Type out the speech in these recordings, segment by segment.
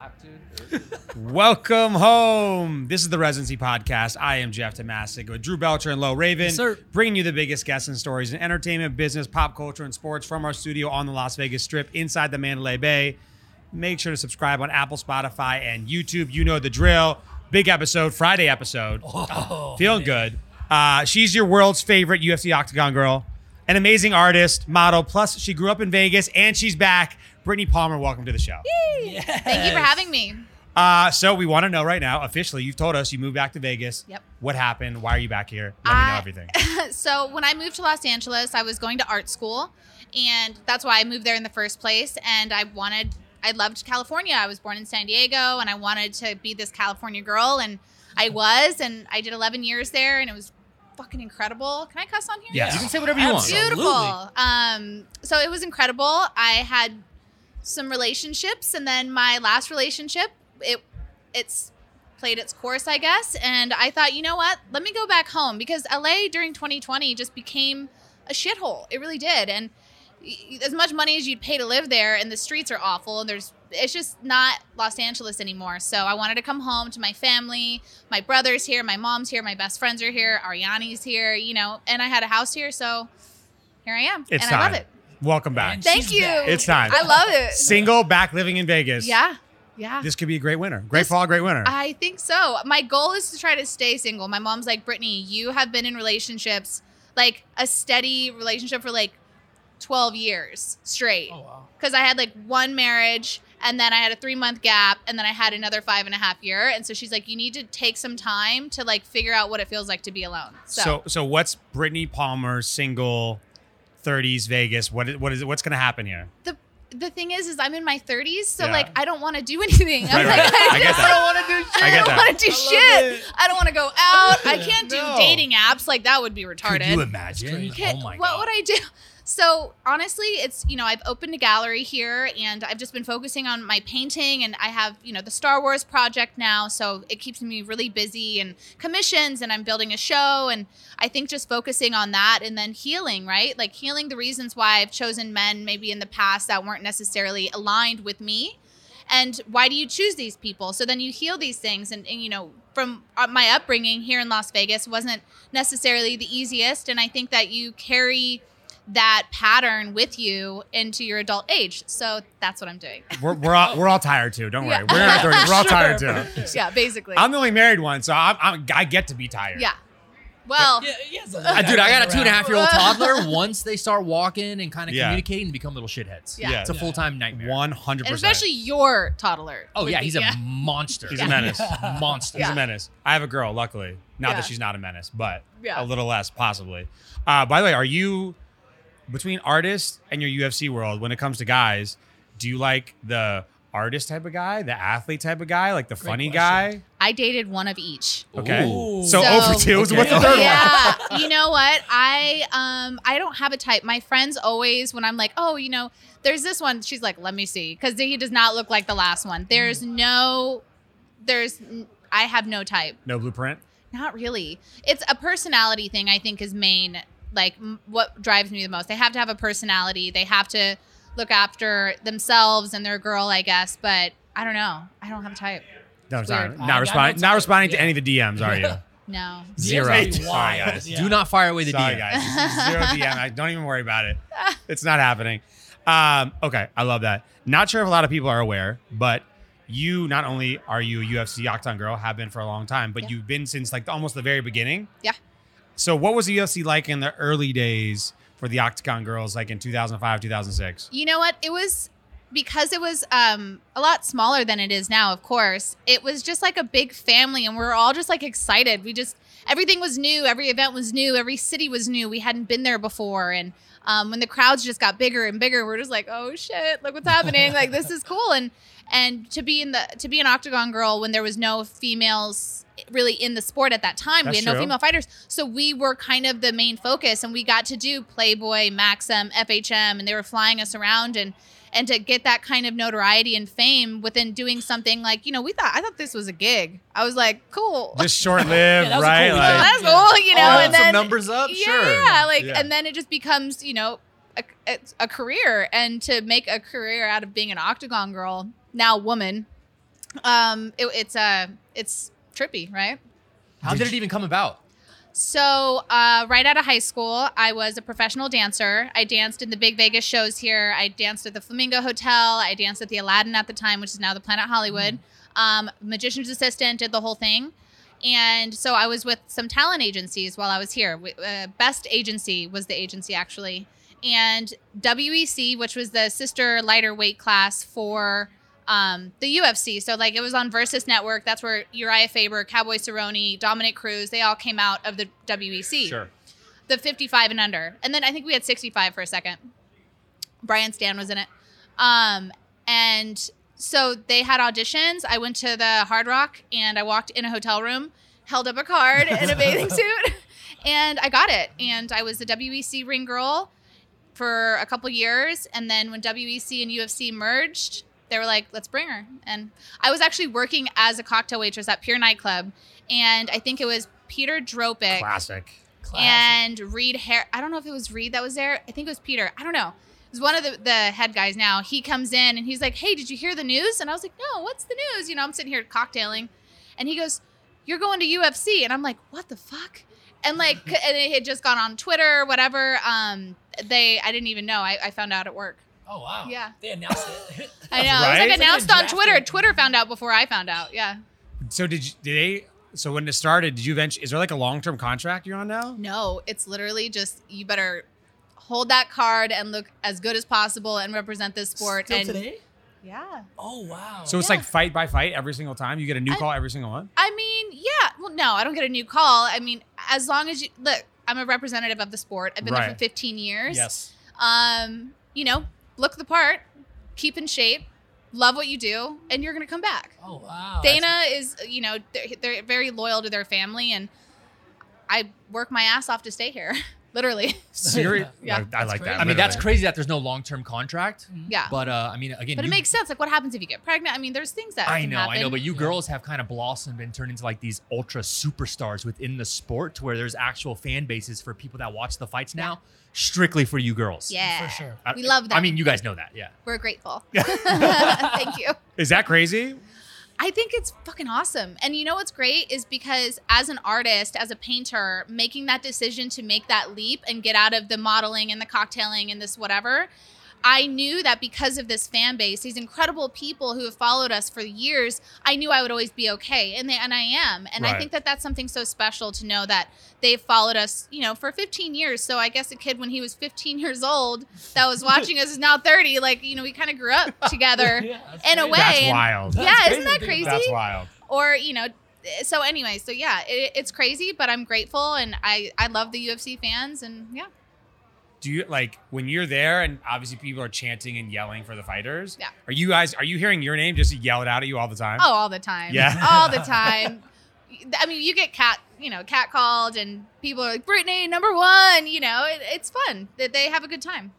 hot dude. Welcome home. This is the Residency Podcast. I am Jeff Tomasic with Drew Belcher and Low Raven, Yes, sir. bringing you the biggest guests and stories in entertainment, business, pop culture, and sports from our studio on the Las Vegas Strip inside the Mandalay Bay. Make sure to subscribe on Apple, Spotify, and YouTube. You know the drill. Big episode, Friday episode. Oh, Ah, Feeling good. Uh, she's your world's favorite UFC Octagon girl, an amazing artist, model. Plus, she grew up in Vegas and she's back. Brittany Palmer, welcome to the show. Thank you for having me. Uh, so we want to know right now, officially, you've told us you moved back to Vegas. Yep. What happened? Why are you back here? Let me know I- everything. So, when I moved to Los Angeles, I was going to art school, and that's why I moved there in the first place. And I wanted, I loved California. I was born in San Diego, and I wanted to be this California girl, and I was, and I did 11 years there, and it was fucking incredible. Can I cuss on here? Yes. You can say whatever you want. Beautiful. Um, so it was incredible. I had some relationships, and then my last relationship, it it's played its course, I guess. And I thought, you know what? Let me go back home because LA during 2020 just became a shithole. It really did. And y- y- as much money as you'd pay to live there, and the streets are awful, and there's it's just not Los Angeles anymore. So I wanted to come home to my family. My brother's here, my mom's here, my best friends are here, Ariani's here, you know, and I had a house here, so here I am. It's and time. I love it. Welcome back. And Thank she's you. back. It's time. I love it. Single, back living in Vegas. Yeah. Yeah. This could be a great winner. Great This- fall, great winter. I think so. My goal is to try to stay single. My mom's like, Brittany, you have been in relationships, like a steady relationship for like 12 years straight. Oh wow. Because I had like one marriage and then I had a three month gap and then I had another five and a half year. And so she's like, you need to take some time to like figure out what it feels like to be alone. So, so. so, what's Brittany Palmer single, 30s Vegas? What is, what is what's going to happen here? the the thing is, is I'm in my 30s. So Yeah. like, I don't want to do anything. I'm Right, like, right. I get that. I don't want to do I I get don't that. want to do I love shit. I don't want to go out. I can't do No. dating apps. Like that would be retarded. Could you imagine? Kid, oh my what god. would I do? So honestly, it's you know I've opened a gallery here, and I've just been focusing on my painting, and I have you know the Star Wars project now, so it keeps me really busy and commissions, and I'm building a show, and I think just focusing on that, and then healing, right? Like healing the reasons why I've chosen men maybe in the past that weren't necessarily aligned with me, and why do you choose these people? So then you heal these things, and, and you know from uh, my upbringing here in Las Vegas wasn't necessarily the easiest. And I think that you carry that pattern with you into your adult age. So that's what I'm doing. We're, we're, all, we're all tired too. Don't worry. Yeah. We're, not 30s. we're all tired too. yeah, basically. I'm the only married one, so I'm, I'm, I get to be tired. yeah. Well, Yeah, he has a Uh, little dude, I got a background. two and a half year old toddler. Once they start walking and kind of Yeah. communicating, they become little shitheads. Yeah. Yeah. It's a Yeah. full time nightmare. 100%. and especially your toddler. Oh, would yeah. be- He's a monster. He's a menace. Monster. She's Yeah. a menace. I have a girl, luckily. Not Yeah. that she's not a menace, but a Yeah. little less, possibly. Uh, by the way, are you between artist and your UFC world when it comes to guys? Do you like the artist type of guy, the athlete type of guy, like the funny guy? question. I dated one of each. Okay, Ooh. so, So- over two. So What's the Okay. third one? yeah. you know what? I um I don't have a type. My friends always when I'm like, "Oh, you know, there's this one." She's like, "Let me see." Cuz he does not look like the last one. There's Mm. no there's n- I have no type. No blueprint. Not really. It's a personality thing I think is main like m- what drives me the most. They have to have a personality. They have to look after themselves and their girl, I guess, but I don't know. I don't have a type. No, It's sorry. weird. Not I- I responding. don't- Not responding to yeah. any of the DMs, are you? No. Zero. Right. Sorry, guys. Yeah. Do not fire away the Sorry, DM. guys. Zero DM. I- Don't even worry about it. It's not happening. Um, okay, I love that. Not sure if a lot of people are aware, but you not only are you a UFC Octagon girl, have been for a long time, but Yeah. you've been since like almost the very beginning. Yeah. So, what was the UFC like in the early days for the Octagon girls, like in 2005, 2006? You know what? It was because it was um, a lot smaller than it is now, of course. It was just like a big family, and we were all just like excited. We just, everything was new. Every event was new. Every city was new. We hadn't been there before. And um, when the crowds just got bigger and bigger, we are just like, oh shit, look what's happening. like, this is cool. And, and to be in the to be an octagon girl when there was no females really in the sport at that time That's we had true. no female fighters so we were kind of the main focus and we got to do playboy maxim fhm and they were flying us around and and to get that kind of notoriety and fame within doing something like you know we thought i thought this was a gig i was like cool Just short lived, that was a right? cool so Like, event. that's cool you know Oh, and some then numbers up. yeah, sure. yeah, like Yeah. and then it just becomes you know a, it's a career and to make a career out of being an octagon girl now woman Um, it, it's uh, it's trippy, right? How did it even come about? So, uh, right out of high school, I was a professional dancer. I danced in the big Vegas shows here. I danced at the Flamingo Hotel. I danced at the Aladdin at the time, which is now the Planet Hollywood. Um, magician's assistant did the whole thing. And so I was with some talent agencies while I was here. W- Uh, Best Agency was the agency, actually. And WEC, which was the sister lighter weight class for um, the UFC. So like it was on Versus Network. That's where Uriah Faber, Cowboy Cerrone, Dominic Cruz, they all came out of the E WEC. The 55 and under. And then I think we had 65 for a second. Brian Stan was in it. Um, and so they had auditions. I went to the Hard Rock and I walked in a hotel room, held up a card in a bathing suit, and I got it. And I was the WEC ring girl for a couple years. And then when WEC and UFC merged, they were like, let's bring her. And I was actually working as a cocktail waitress at Pure Nightclub. And I think it was Peter Dropic Classic. and Reed Har- I don't know if it was Reed that was there. I think it was Peter. I don't know. It was one of the, the head guys now. He comes in and he's like, Hey, did you hear the news? And I was like, No, what's the news? You know, I'm sitting here cocktailing. And he goes, You're going to UFC. And I'm like, What the fuck? And like, c- and it had just gone on Twitter, whatever. Um, they, I didn't even know. I, I found out at work. Oh wow. Yeah. They announced it. I know. It Right? was like It's like announced a on draft Twitter. thing. Twitter found out before I found out. Yeah. So did you, did they? So when it started, did you venture? Is there like a long term contract you're on now? No, it's literally just you better hold that card and look as good as possible and represent this sport. Still and today? yeah, Oh wow. So it's Yeah. like fight by fight every single time. You get a new I- call every single one. I mean, yeah. Well, no, I don't get a new call. I mean, as long as you look, I'm a representative of the sport. I've been there Right. for 15 years. Um, you know, look the part, keep in shape, love what you do, and you're gonna come back. Oh wow. Dana is, you know, they're, they're very loyal to their family, and I work my ass off to stay here, literally. Serious. Yeah. I, I like crazy. that. I mean, that's literally. crazy that there's no long term contract. Yeah. But uh, I mean, again, Mm. But you- it makes sense. Like, what happens if you get pregnant? I mean, there's things that I can know, I know, happen. but you girls have kind of blossomed and turned into like these ultra superstars within the sport, to where there's actual fan bases for people that watch the fights now, strictly for you girls. yeah, For sure. I- we love that. I mean, you guys know that, yeah. we're grateful. Thank you. Is that crazy? I think it's fucking awesome. And you know what's great is because as an artist, as a painter, making that decision to make that leap and get out of the modeling and the cocktailing and this whatever, I knew that because of this fan base, these incredible people who have followed us for years, I knew I would always be okay, and they, and I am. And Right. I think that that's something so special to know that they've followed us, you know, for 15 years. So I guess a kid when he was 15 years old that was watching us is now 30. Like you know, we kind of grew up together. Yeah, that's in a crazy. way- That's and- wild. That's yeah, crazy isn't to that think about. crazy? That's wild. or you know so anyway so yeah it, it's crazy but i'm grateful and i i love the ufc fans and yeah Do you like when you're there and obviously people are chanting and yelling for the fighters? Yeah. Are you guys? Are you hearing your name just yelled out at you all the time? oh all the time Yeah. all the time i mean you get cat you know cat called and people are like brittany number one you know it, it's fun that they have a good time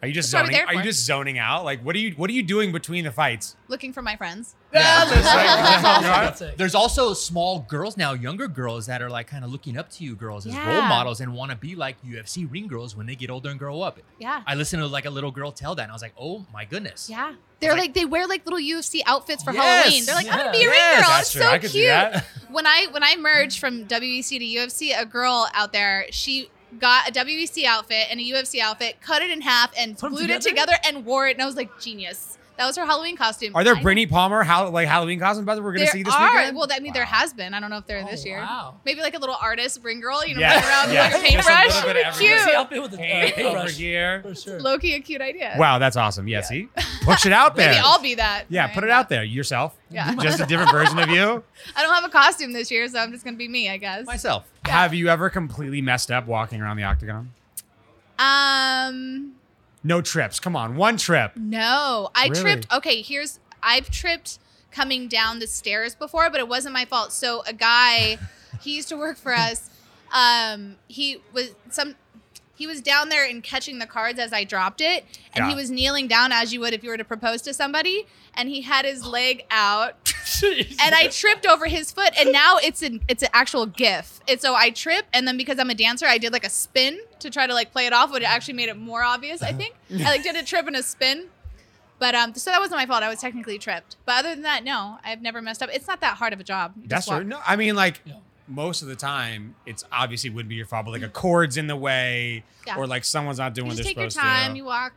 Are you just That's what zoning? we're there Are you for. just zoning out? Like, what are you? What are you doing between the fights? looking for my friends Yeah, that's Yeah. awesome. Yeah. That's awesome. There's also small girls now, younger girls that are like kind of looking up to you girls as role Yeah. models and want to be like UFC ring girls when they get older and grow up. yeah I listened to like a little girl tell that and I was like, oh my goodness. yeah they're like they wear like little UFC outfits for Yes. Halloween. They're like, I'm gonna be a Yes, ring girl. that's It's true. so I could cute. see that. when I when I merged from WEC to UFC, a girl out there, she got a WEC outfit and a UFC outfit, cut it in half, and Put 'em glued it together? together and wore it. And I was like, genius. That was her Halloween costume. Are there I- Brittany Palmer how, like Halloween costumes? By the way, we're gonna There see this are. weekend. Well, I mean, there Wow. has been. I don't know if they're Oh, this year. Wow. Maybe like a little artist ring girl, you know, Yes, running around yes. with like a Just a little paintbrush. bit of cute. everything. See, I'll be with the uh, Hand over paintbrush. here. For sure. Loki, a cute idea. Wow, that's awesome. Yeah, see, push it out there. Maybe I'll be that. yeah, Right? put it out there yourself. Yeah. just a different version of you. I don't have a costume this year, so I'm just gonna be me, I guess. Myself. Have you ever completely messed up walking around the octagon? Um. No trips. Come on, one trip. No, I Really? tripped. Okay, here's I've tripped coming down the stairs before, but it wasn't my fault. So a guy, he used to work for us. Um, he was some. He was down there and catching the cards as I dropped it, and he Yeah. was kneeling down as you would if you were to propose to somebody, and he had his leg out, and I tripped over his foot, and now it's an it's an actual gif. And so I trip, and then because I'm a dancer, I did like a spin to try to like play it off, but it actually made it more obvious. I think I like did a trip and a spin, But um, so that wasn't my fault. I was technically tripped. But other than that, no, I've never messed up. It's not that hard of a job. You That's just walk. right. No, I mean, like Yeah. most of the time, it's obviously wouldn't be your fault, but like a cord's in the way, Yeah. or like someone's not doing You what just they're take your supposed time. to. You walk.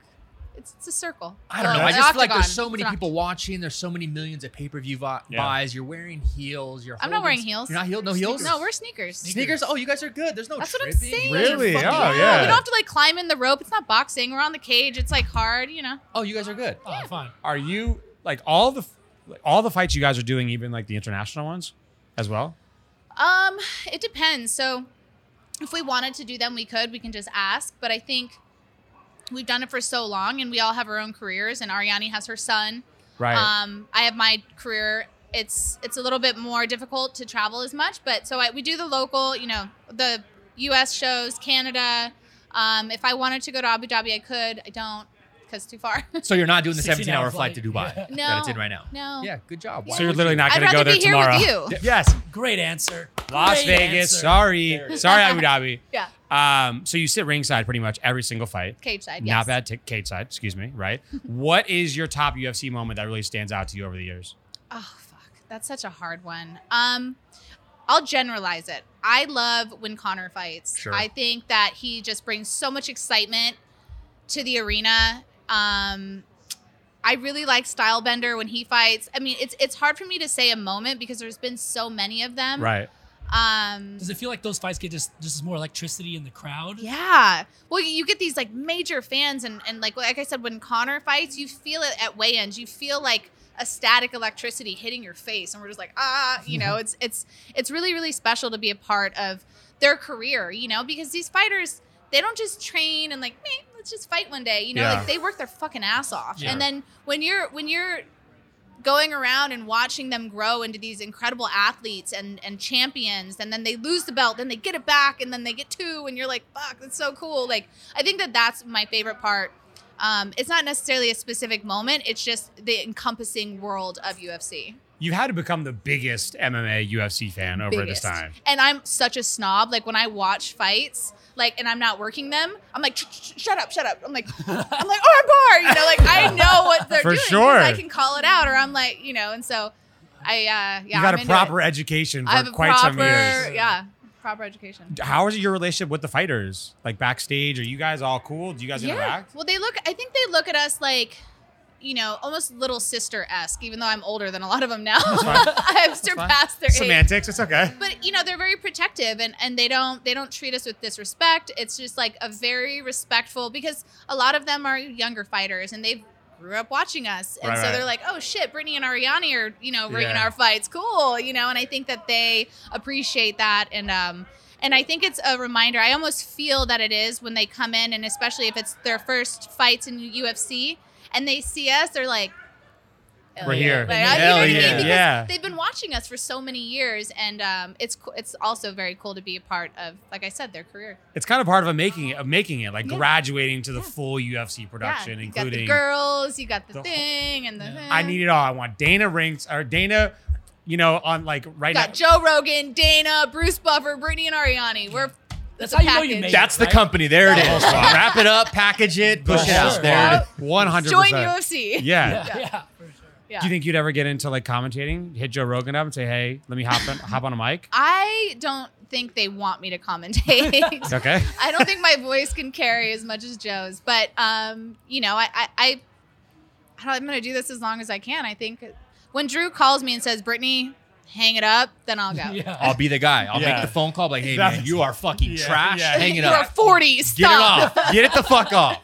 It's, it's a circle. I don't Well, know. I it's an just feel like there's Oh, octagon. so many It's an people watching. There's so many millions of pay per view vi- Yeah. buys. You're wearing heels. You're I'm not holding- wearing heels. You're not heeled. No heels. oct- No, we're sneakers. sneakers. Oh, you guys are good. There's no. That's what I'm tripping. saying. Really? Fucking Oh, hell. yeah. We don't have to like climb in the rope. It's not boxing. We're on the cage. It's like hard, you know. Oh, you guys are good. Oh, fine. Are you like all the like, all the fights you guys are doing, even like the international ones, as well? Um, it depends. So if we wanted to do them, we could. We can just ask. But I think we've done it for so long and we all have our own careers and Ariani has her son. Right. Um, I have my career. It's it's a little bit more difficult to travel as much, but so I, we do the local, you know, the U.S. shows, Canada. Um, if I wanted to go to Abu Dhabi, I could. I don't because too far. So you're not doing the 16 17 hour hour flight to flight. Dubai Yeah. that it's in No. right now. no. Yeah, good job. so you're literally not I'd going to go rather there be here tomorrow. with you. Yes, Great answer. Las Great Vegas. answer. There it Sorry, is. sorry, Abu Dhabi. Yeah. Um, so you sit ringside pretty much every single fight. Cage side. Yes. Not bad, t- Kate side. Excuse me. Right. what is your top UFC moment that really stands out to you over the years? Oh fuck, that's such a hard one. Um, I'll generalize it. I love when Connor fights. Sure. I think that he just brings so much excitement to the arena. Um, I really like Stylebender when he fights. I mean, it's it's hard for me to say a moment because there's been so many of them. Right. Um, Does it feel like those fights get just just more electricity in the crowd? yeah. Well, you- you get these like major fans, and and like like I said, when Connor fights, you feel it at weigh-ins. You feel like a static electricity hitting your face, and we're just like ah, you know, it's it's it's really really special to be a part of their career, you know, because these fighters they don't just train and like "Meh, let's just fight one day, you know, Yeah. like they work their fucking ass off, Yeah. and then when you're when you're going around and watching them grow into these incredible athletes and and champions and then they lose the belt then they get it back and then they get two and you're like fuck that's so cool like i think that that's my favorite part um, it's not necessarily a specific moment it's just the encompassing world of ufc You've had to become the biggest MMA UFC fan over Biggest. this time. and i'm such a snob like when i watch fights like and i'm not working them i'm like "Sh- sh- sh- shut up shut up i'm like i'm like arm bar you know like i know what they're For doing 'cause sure. i can call it out or i'm like you know and so i uh yeah you got I'm a into it. proper education for quite some years. Yeah, proper education. How is your relationship with the fighters? Like backstage, are you guys all cool? Do you guys interact? Well, they look. I think they look at us like, you know, almost little sister esque. Even though I'm older than a lot of them now, fine. I've surpassed their age. Semantics, it's okay. but you know they're very protective and and they don't they don't treat us with disrespect it's just like a very respectful because a lot of them are younger fighters and they've grew up watching us and Right, so right. they're like oh shit brittany and ariani are you know bringing Yeah. our fights cool you know and i think that they appreciate that and um and i think it's a reminder i almost feel that it is when they come in and especially if it's their first fights in ufc and they see us they're like We're yeah. here. Like, I- you know Hell what I mean? yeah. Because Yeah. they've been watching us for so many years, and um, it's co- it's also very cool to be a part of, like I said, their career. It's kind of part of a making it, of making it, like Yeah. graduating to the Yeah. full UFC production, yeah, you got the including girls, you got the, the whole- thing, and the Yeah. I need it all. I want Dana Rinks or Dana, you know, on like right You now. got Joe Rogan, Dana, Bruce Buffer, Brittany, and Ariani. We're it's That's a how you know you package. made it. That's the Right. company. There it The whole is. squad. Wrap it up, package it, The push it whole out. squad. There it is. One hundred Join percent. Yeah. UFC. Yeah, yeah, for sure. Yeah. Do you think you'd ever get into like commentating? Hit Joe Rogan up and say, "Hey, let me hop on, hop on a mic." I don't think they want me to commentate. Okay. I don't think my voice can carry as much as Joe's, but um, you know, I I, I I don't- I'm gonna do this as long as I can. I think when Drew calls me and says, "Brittany, hang it up," then I'll go. Yeah. I'll be the guy. I'll Yeah. make the phone call. Like, hey That's- man, you are fucking Yeah, trash. yeah. Hang it You're up. 40. Get it Stop. off. Get it the fuck off.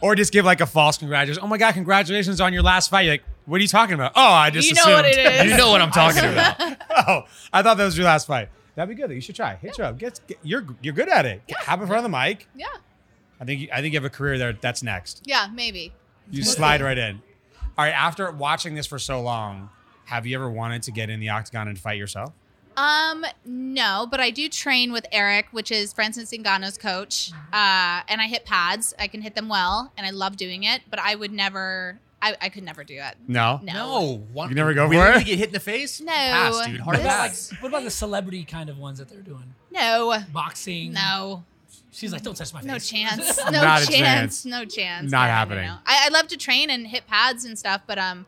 Or just give like a false congratulations. Oh my god, congratulations on your last fight. You're like, what are you talking about? Oh, I just You know what assumed." it is. You know what I'm talking about. oh, I thought that was your last fight. That'd be good. You should try. Hit you up. Get, get- you're you're good at it. Hop in front of the mic. Yeah. I think you, I think you have a career there. That's next. Yeah. Maybe. You slide right in. All right. After watching this for so long, have you ever wanted to get in the octagon and fight yourself? Um, no, but I do train with Eric, which is Francis Ngannou's coach. Uh, and I hit pads. I can hit them well, and I love doing it. But I would never. I, I could never do it. No. No. No, one, You never go really for it? to get hit in the face. No. pass, dude. Hard What about, pass. like, what about the celebrity kind of ones that they're doing? No. Boxing. No. She's like, don't touch my face. No chance. No Not a chance. chance. No chance. Not No, no, no, happening. no. I, I love to train and hit pads and stuff, but um,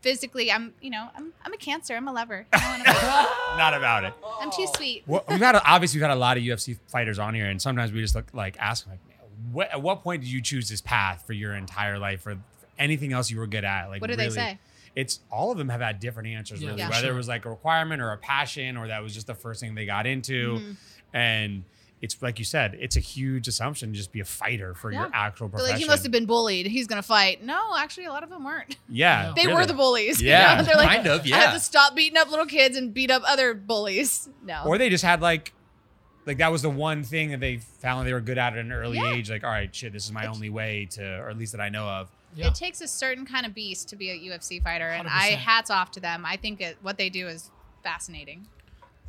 physically, I'm you know I'm I'm a cancer. I'm a lover. I don't wanna Not about it. be- I'm too sweet. Well, we've had a, obviously we've had a lot of UFC fighters on here, and sometimes we just look like ask like, man, what, at what point did you choose this path for your entire life or anything else you were good at? Like, What do they really- say? It's all of them have had different answers, Yeah. really. Yeah, Whether sure. it was like a requirement or a passion, or that was just the first thing they got into, Mhm. and. It's like you said, it's a huge assumption to just be a fighter for Yeah. your actual But profession. like he must have been bullied. He's gonna fight. No, actually, a lot of them weren't. yeah. They were Oh, really. the bullies. you Yeah. know? They're like, kind of, I yeah. have to stop beating up little kids and beat up other bullies. No. Or they just had like, like that was the one thing that they found they were good at at an early Yeah. age. Like, all right, shit, this is my only way to, or at least that I know of. Yeah. It takes a certain kind of beast to be a UFC fighter, and I 100%. hats off to them. I think it, what they do is fascinating.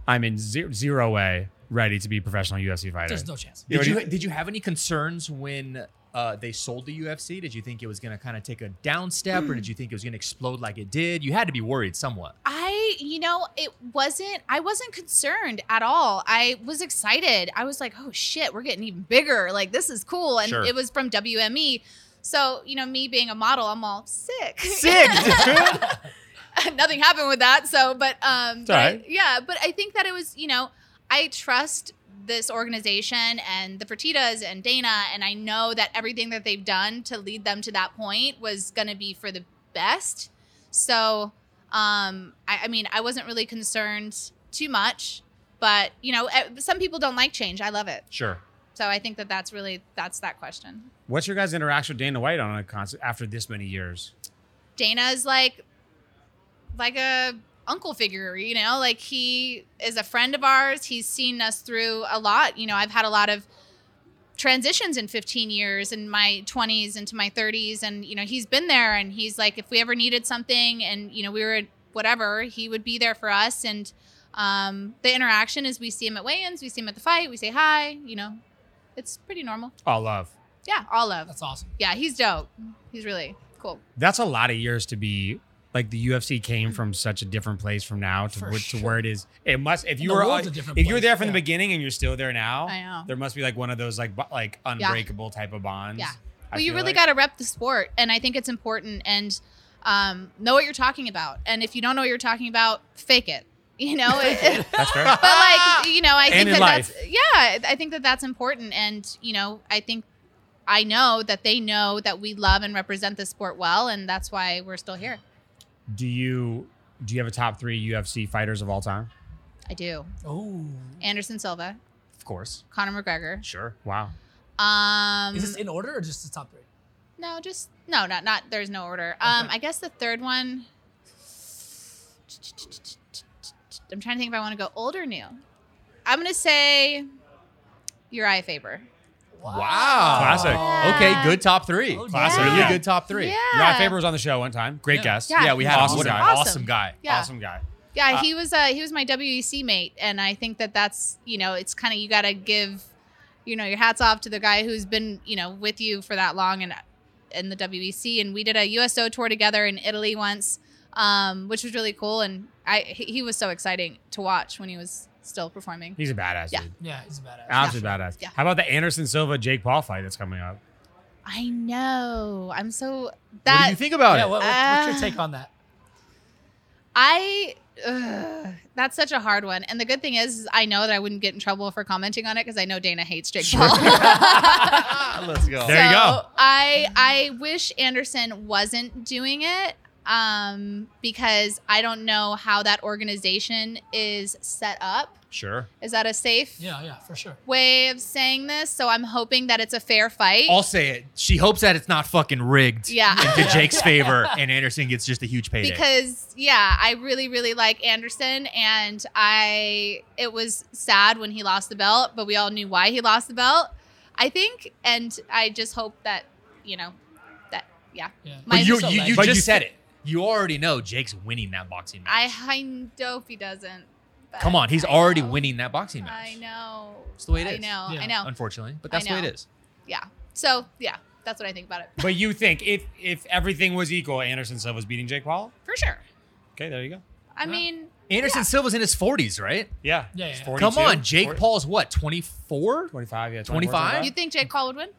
I'm in zero, zero way ready to be a professional UFC fighter. There's no chance. Did You you already- did you have any concerns when uh, they sold the UFC? Did you think it was going to kind of take a down step, Hmm. or did you think it was going to explode like it did? You had to be worried somewhat. I, you know, it wasn't, I wasn't concerned at all. I was excited. I was like, oh shit, we're getting even bigger. Like, this is cool. And Sure. it was from WME. So, you know, me being a model, I'm all sick. Sick, dude. Nothing happened with that. So, but, um, It's but I- all right. yeah, but I think that it was, you know, I trust this organization and the Fertitas and Dana, and I know that everything that they've done to lead them to that point was going to be for the best. So, um, I, I mean, I wasn't really concerned too much, but you know, eh, some people don't like change. I love it, Sure. so I think that that's really that's that question. What's your guys' interaction with Dana White on a concert after this many years? Dana is like like a uncle figure, you know, like he is a friend of ours. He's seen us through a lot. You know, I've had a lot of transitions in 15 years in my 20s into my 30s and you know, he's been there and he's like if we ever needed something and you know, we were whatever, he would be there for us and um the interaction is we see him at weigh-ins, we see him at the fight, we say hi, you know. It's pretty normal. All Oh, love. Yeah, all of. That's awesome. Yeah, he's dope. He's really cool. That's a lot of years to be. Like the UFC came from such a different place from now to, For wh- sure. to where it is. It must if And you the were world's uh, a different if you were place, there from yeah. the beginning and you're still there now. I know. There must be like one of those like bu- like unbreakable type of bonds. Yeah. I well, you feel really like. got to rep the sport, and I think it's important. And um, know what you're talking about. And if you don't know what you're talking about, fake it. You know. It- That's fair. but like you know, I Ah! And think in that life. that's yeah. I think that that's important, and you know, I think I know that they know that we love and represent the sport well, and that's why we're still here. Do you do you have a top three UFC fighters of all time? I do. Oh. Anderson Silva, Of course. Conor McGregor. Sure. Wow. Um, Is this in order or just the top three? No, just no, not not. There's no order. Um, I guess the third one. I'm trying to think if I want to go old or new. I'm gonna say Uriah Faber. Classic. Okay, good top three. Oh, Classic. Really Yeah. good top three. Yeah. Your Uriah Faber was on the show one time. Great Yeah. guest. Yeah. Yeah, we had Awesome awesome, what an guy. awesome, Awesome. guy. Yeah. Awesome guy. Yeah, Uh, he was uh he was my WEC mate, and I think that that's you know it's kind of you gotta give, you know, your hats off to the guy who's been you know with you for that long and uh, in the WEC, and we did a USO tour together in Italy once, um, which was really cool, and I he, he was so exciting to watch when he was still performing. He's a badass Yeah. dude. Yeah, he's a badass. Absolute badass. Yeah. How about the Anderson Silva Jake Paul fight that's coming up? I know, I'm so What do that you think about yeah, it? what, what's Uh, your take on that? I ugh, that's such a hard one, and the good thing is, is I know that I wouldn't get in trouble for commenting on it because I know Dana hates Jake Paul. Let's go. There you So, go. I I wish Anderson wasn't doing it um, because I don't know how that organization is set up. Sure. Is that a safe Yeah, yeah, for sure. way of saying this? So I'm hoping that it's a fair fight. I'll say it. She hopes that it's not fucking rigged Yeah. into Jake's favor, and Anderson gets just a huge payday. because yeah, I really really like Anderson and I it was sad when he lost the belt, but we all knew why he lost the belt. I think and I just hope that, you know, that yeah. Yeah. My- but you, So you, like- you But just you- said it. You already know Jake's winning that boxing match. I I hope he doesn't. but Come on, he's I already know. winning that boxing match. I know. It's the way it I is. know. Yeah. I know. Unfortunately, but I that's the way know. it is. Yeah. So yeah, that's what I think about it But you think if if everything was equal, Anderson Silva's beating Jake Paul? for sure. Okay, there you go. I mean, Anderson Silva's in his 40s, right? Yeah. Yeah, yeah. He's Come Come 42. on, Jake Forty- Paul's what, 24? 25, yeah. 25? you think Jake Paul would win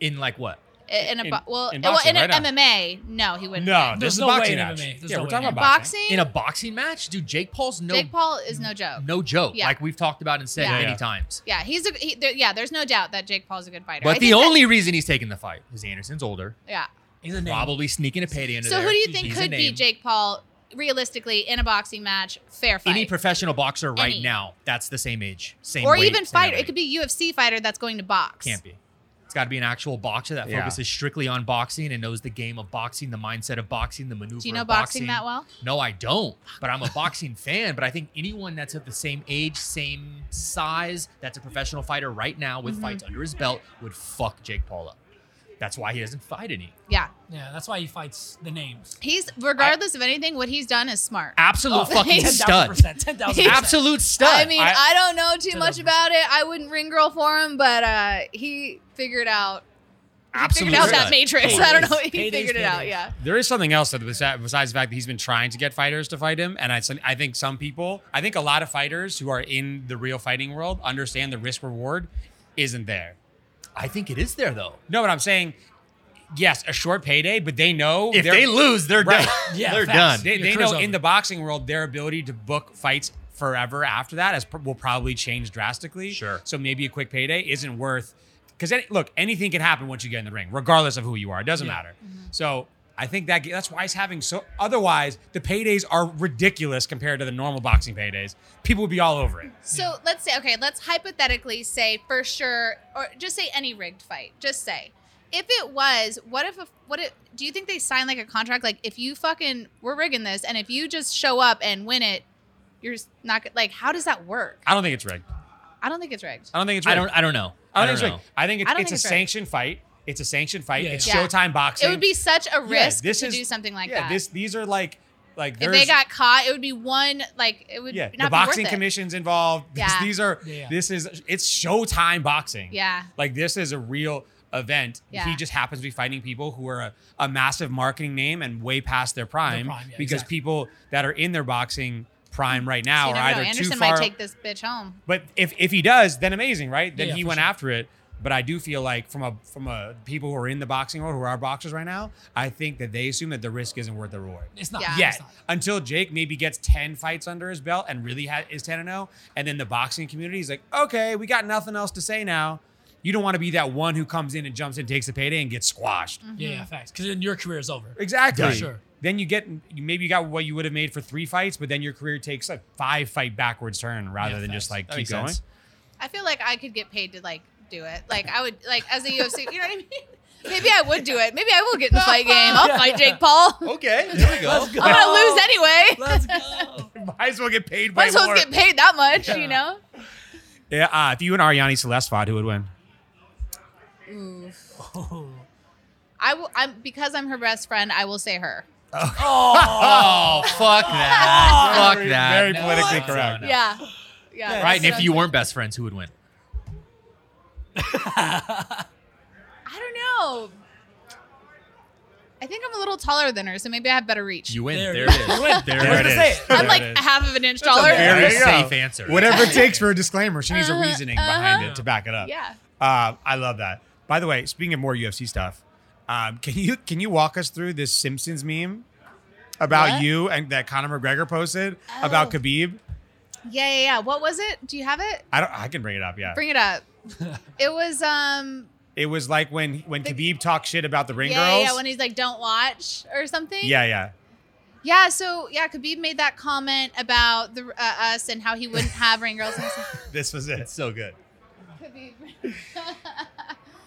in like what? I- in a In- bo- well, in well, boxing in a right now. MMA? No, he wouldn't. No, There's this is no a way boxing in match. MMA. There's yeah, no we're way talking in about MMA. boxing. boxing. In a boxing match? Dude, Jake Paul's no Jake Paul is no joke. no joke. Yeah. Like we've talked about and said Yeah. many Yeah. times. Yeah, he's a he, there, yeah. There's no doubt that Jake Paul's a good fighter. I But the think that- only reason he's taking the fight is Anderson's older. yeah. He's a name. Probably sneaking a pay to end So who do you think He's a could be name. Jake Paul realistically in a boxing match? Fair fight. Any professional boxer right Any. now that's the same age, same or weight, even same fighter. everything. It could be UFC fighter that's going to box. Can't be. It's got to be an actual boxer that Yeah. focuses strictly on boxing and knows the game of boxing, the mindset of boxing, the maneuver. Do you know of boxing, boxing, that well? No, I don't. But I'm a boxing fan. But I think anyone that's of the same age, same size, that's a professional fighter right now Mm-hmm. with fights under his belt would fuck Jake Paul up. That's why he doesn't fight any. Yeah. Yeah, that's why he fights the names. He's regardless of anything, what he's done is smart. Absolute fucking 10,000%, stud. 10,000%. Absolute stud. I mean, I, don't know too Shut much up. about it. I wouldn't ring girl for him, but uh, he figured out he figured Absolute out that stud. matrix. I don't know. He Paydays, figured it out. paydays. Yeah. There is something else that besi- besides the fact that he's been trying to get fighters to fight him, and I, I think some people, I think a lot of fighters who are in the real fighting world understand the risk reward isn't there. I think it is there though. No, but I'm saying, yes, a short payday, but they know If they're- they lose, they're Right. done. Yeah, they're facts. done. They, Your they career's know in over. the boxing world their ability to book fights forever after that has, will probably change drastically. Sure. So maybe a quick payday isn't worth because any, look, anything can happen once you get in the ring, regardless of who you are. It doesn't Yeah. Mm-hmm. matter. So I think that that's why he's having so. Otherwise, the paydays are ridiculous compared to the normal boxing paydays. People would be all over it. So let's say, okay, let's hypothetically say for sure, or just say any rigged fight. Just say, if it was, what if, a, what if, do you think they sign like a contract? Like, if you fucking, we're rigging this, and if you just show up and win it, you're just not, go- like, how does that work? I don't think it's rigged. I don't think it's rigged. I don't think it's rigged. I don't. I don't know. I I don't don't think know. it's rigged. I think it's, I don't it's a think it's rigged. sanctioned fight. It's a sanctioned fight. Yeah, It's yeah. Yeah. Showtime boxing. It would be such a Yeah, risk this to is- do something like yeah, that. This these are like like if they there's- got caught, it would be one, like, it would yeah, not the be boxing worth it. commissions involved. This- Yeah. These are Yeah, yeah. this is it's Showtime boxing. Yeah. like this is a real event. Yeah. He just happens to be fighting people who are a, a massive marketing name and way past their prime, prime, yeah, because exactly. people that are in their boxing prime right Mm. So now you are never know. either Anderson too far. might take this bitch home. but if if he does, then amazing, right? Then Yeah, yeah, he for went sure. after it. But I do feel like from a from a people who are in the boxing world who are boxers right now, I think that they assume that the risk isn't worth the reward It's not. Yeah. It's yet not. until Jake maybe gets 10 fights under his belt and really ha- is 10 and 0. And then the boxing community is like, okay, we got nothing else to say now. You don't want to be that one who comes in and jumps in, takes the payday, and gets squashed. Yeah, yeah, facts. Because then your career is over. Exactly. Mm-hmm. For sure. Then you get you- maybe you got what you would have made for three fights, but then your career takes a five fight backwards turn rather Yeah, than facts. just like That keep makes going. sense. I feel like I could get paid to like do it. Like I would like as a UFC, you know what I mean? Maybe I would do it. Maybe I will get in the fight game. I'll fight Jake Paul. Okay, there we go. I'm gonna lose anyway. Let's go. Might as well get paid Might way as well more. get paid that much, you know? yeah, uh, if you and Ariani Celeste fought, who would win? Oh. I will. I'm because I'm her best friend. I will say her. Oh, fuck that. fuck Very- that. very politically correct. no. Yeah, yeah. Right, and that's if what you I'm weren't best friends, who would win? saying. I don't know. I think I'm a little taller than her, so maybe I have better reach. You win. There There, it it is. is. You win. There, There it it is. Say it. I'm like There it is. half of an inch taller. very- Very There you go. safe answer. Whatever it takes for a disclaimer, she needs a Uh-huh, reasoning behind uh-huh. it to back it up. Yeah. Uh, I love that. By the way, speaking of more UFC stuff, um, can you can you walk us through this Simpsons meme about What? you and that Conor McGregor posted about Oh. Khabib? yeah, yeah, yeah. What was it? Do you have it? I don't. I can bring it up. Yeah, Bring it up. it was um it was like when when The- Khabib talked shit about the ring yeah, girls. Yeah, when he's like, don't watch or something. yeah, yeah. Yeah, so yeah, Khabib made that comment about the uh, us and how he wouldn't have ring girls. And I said, This was it. It's so good. Khabib.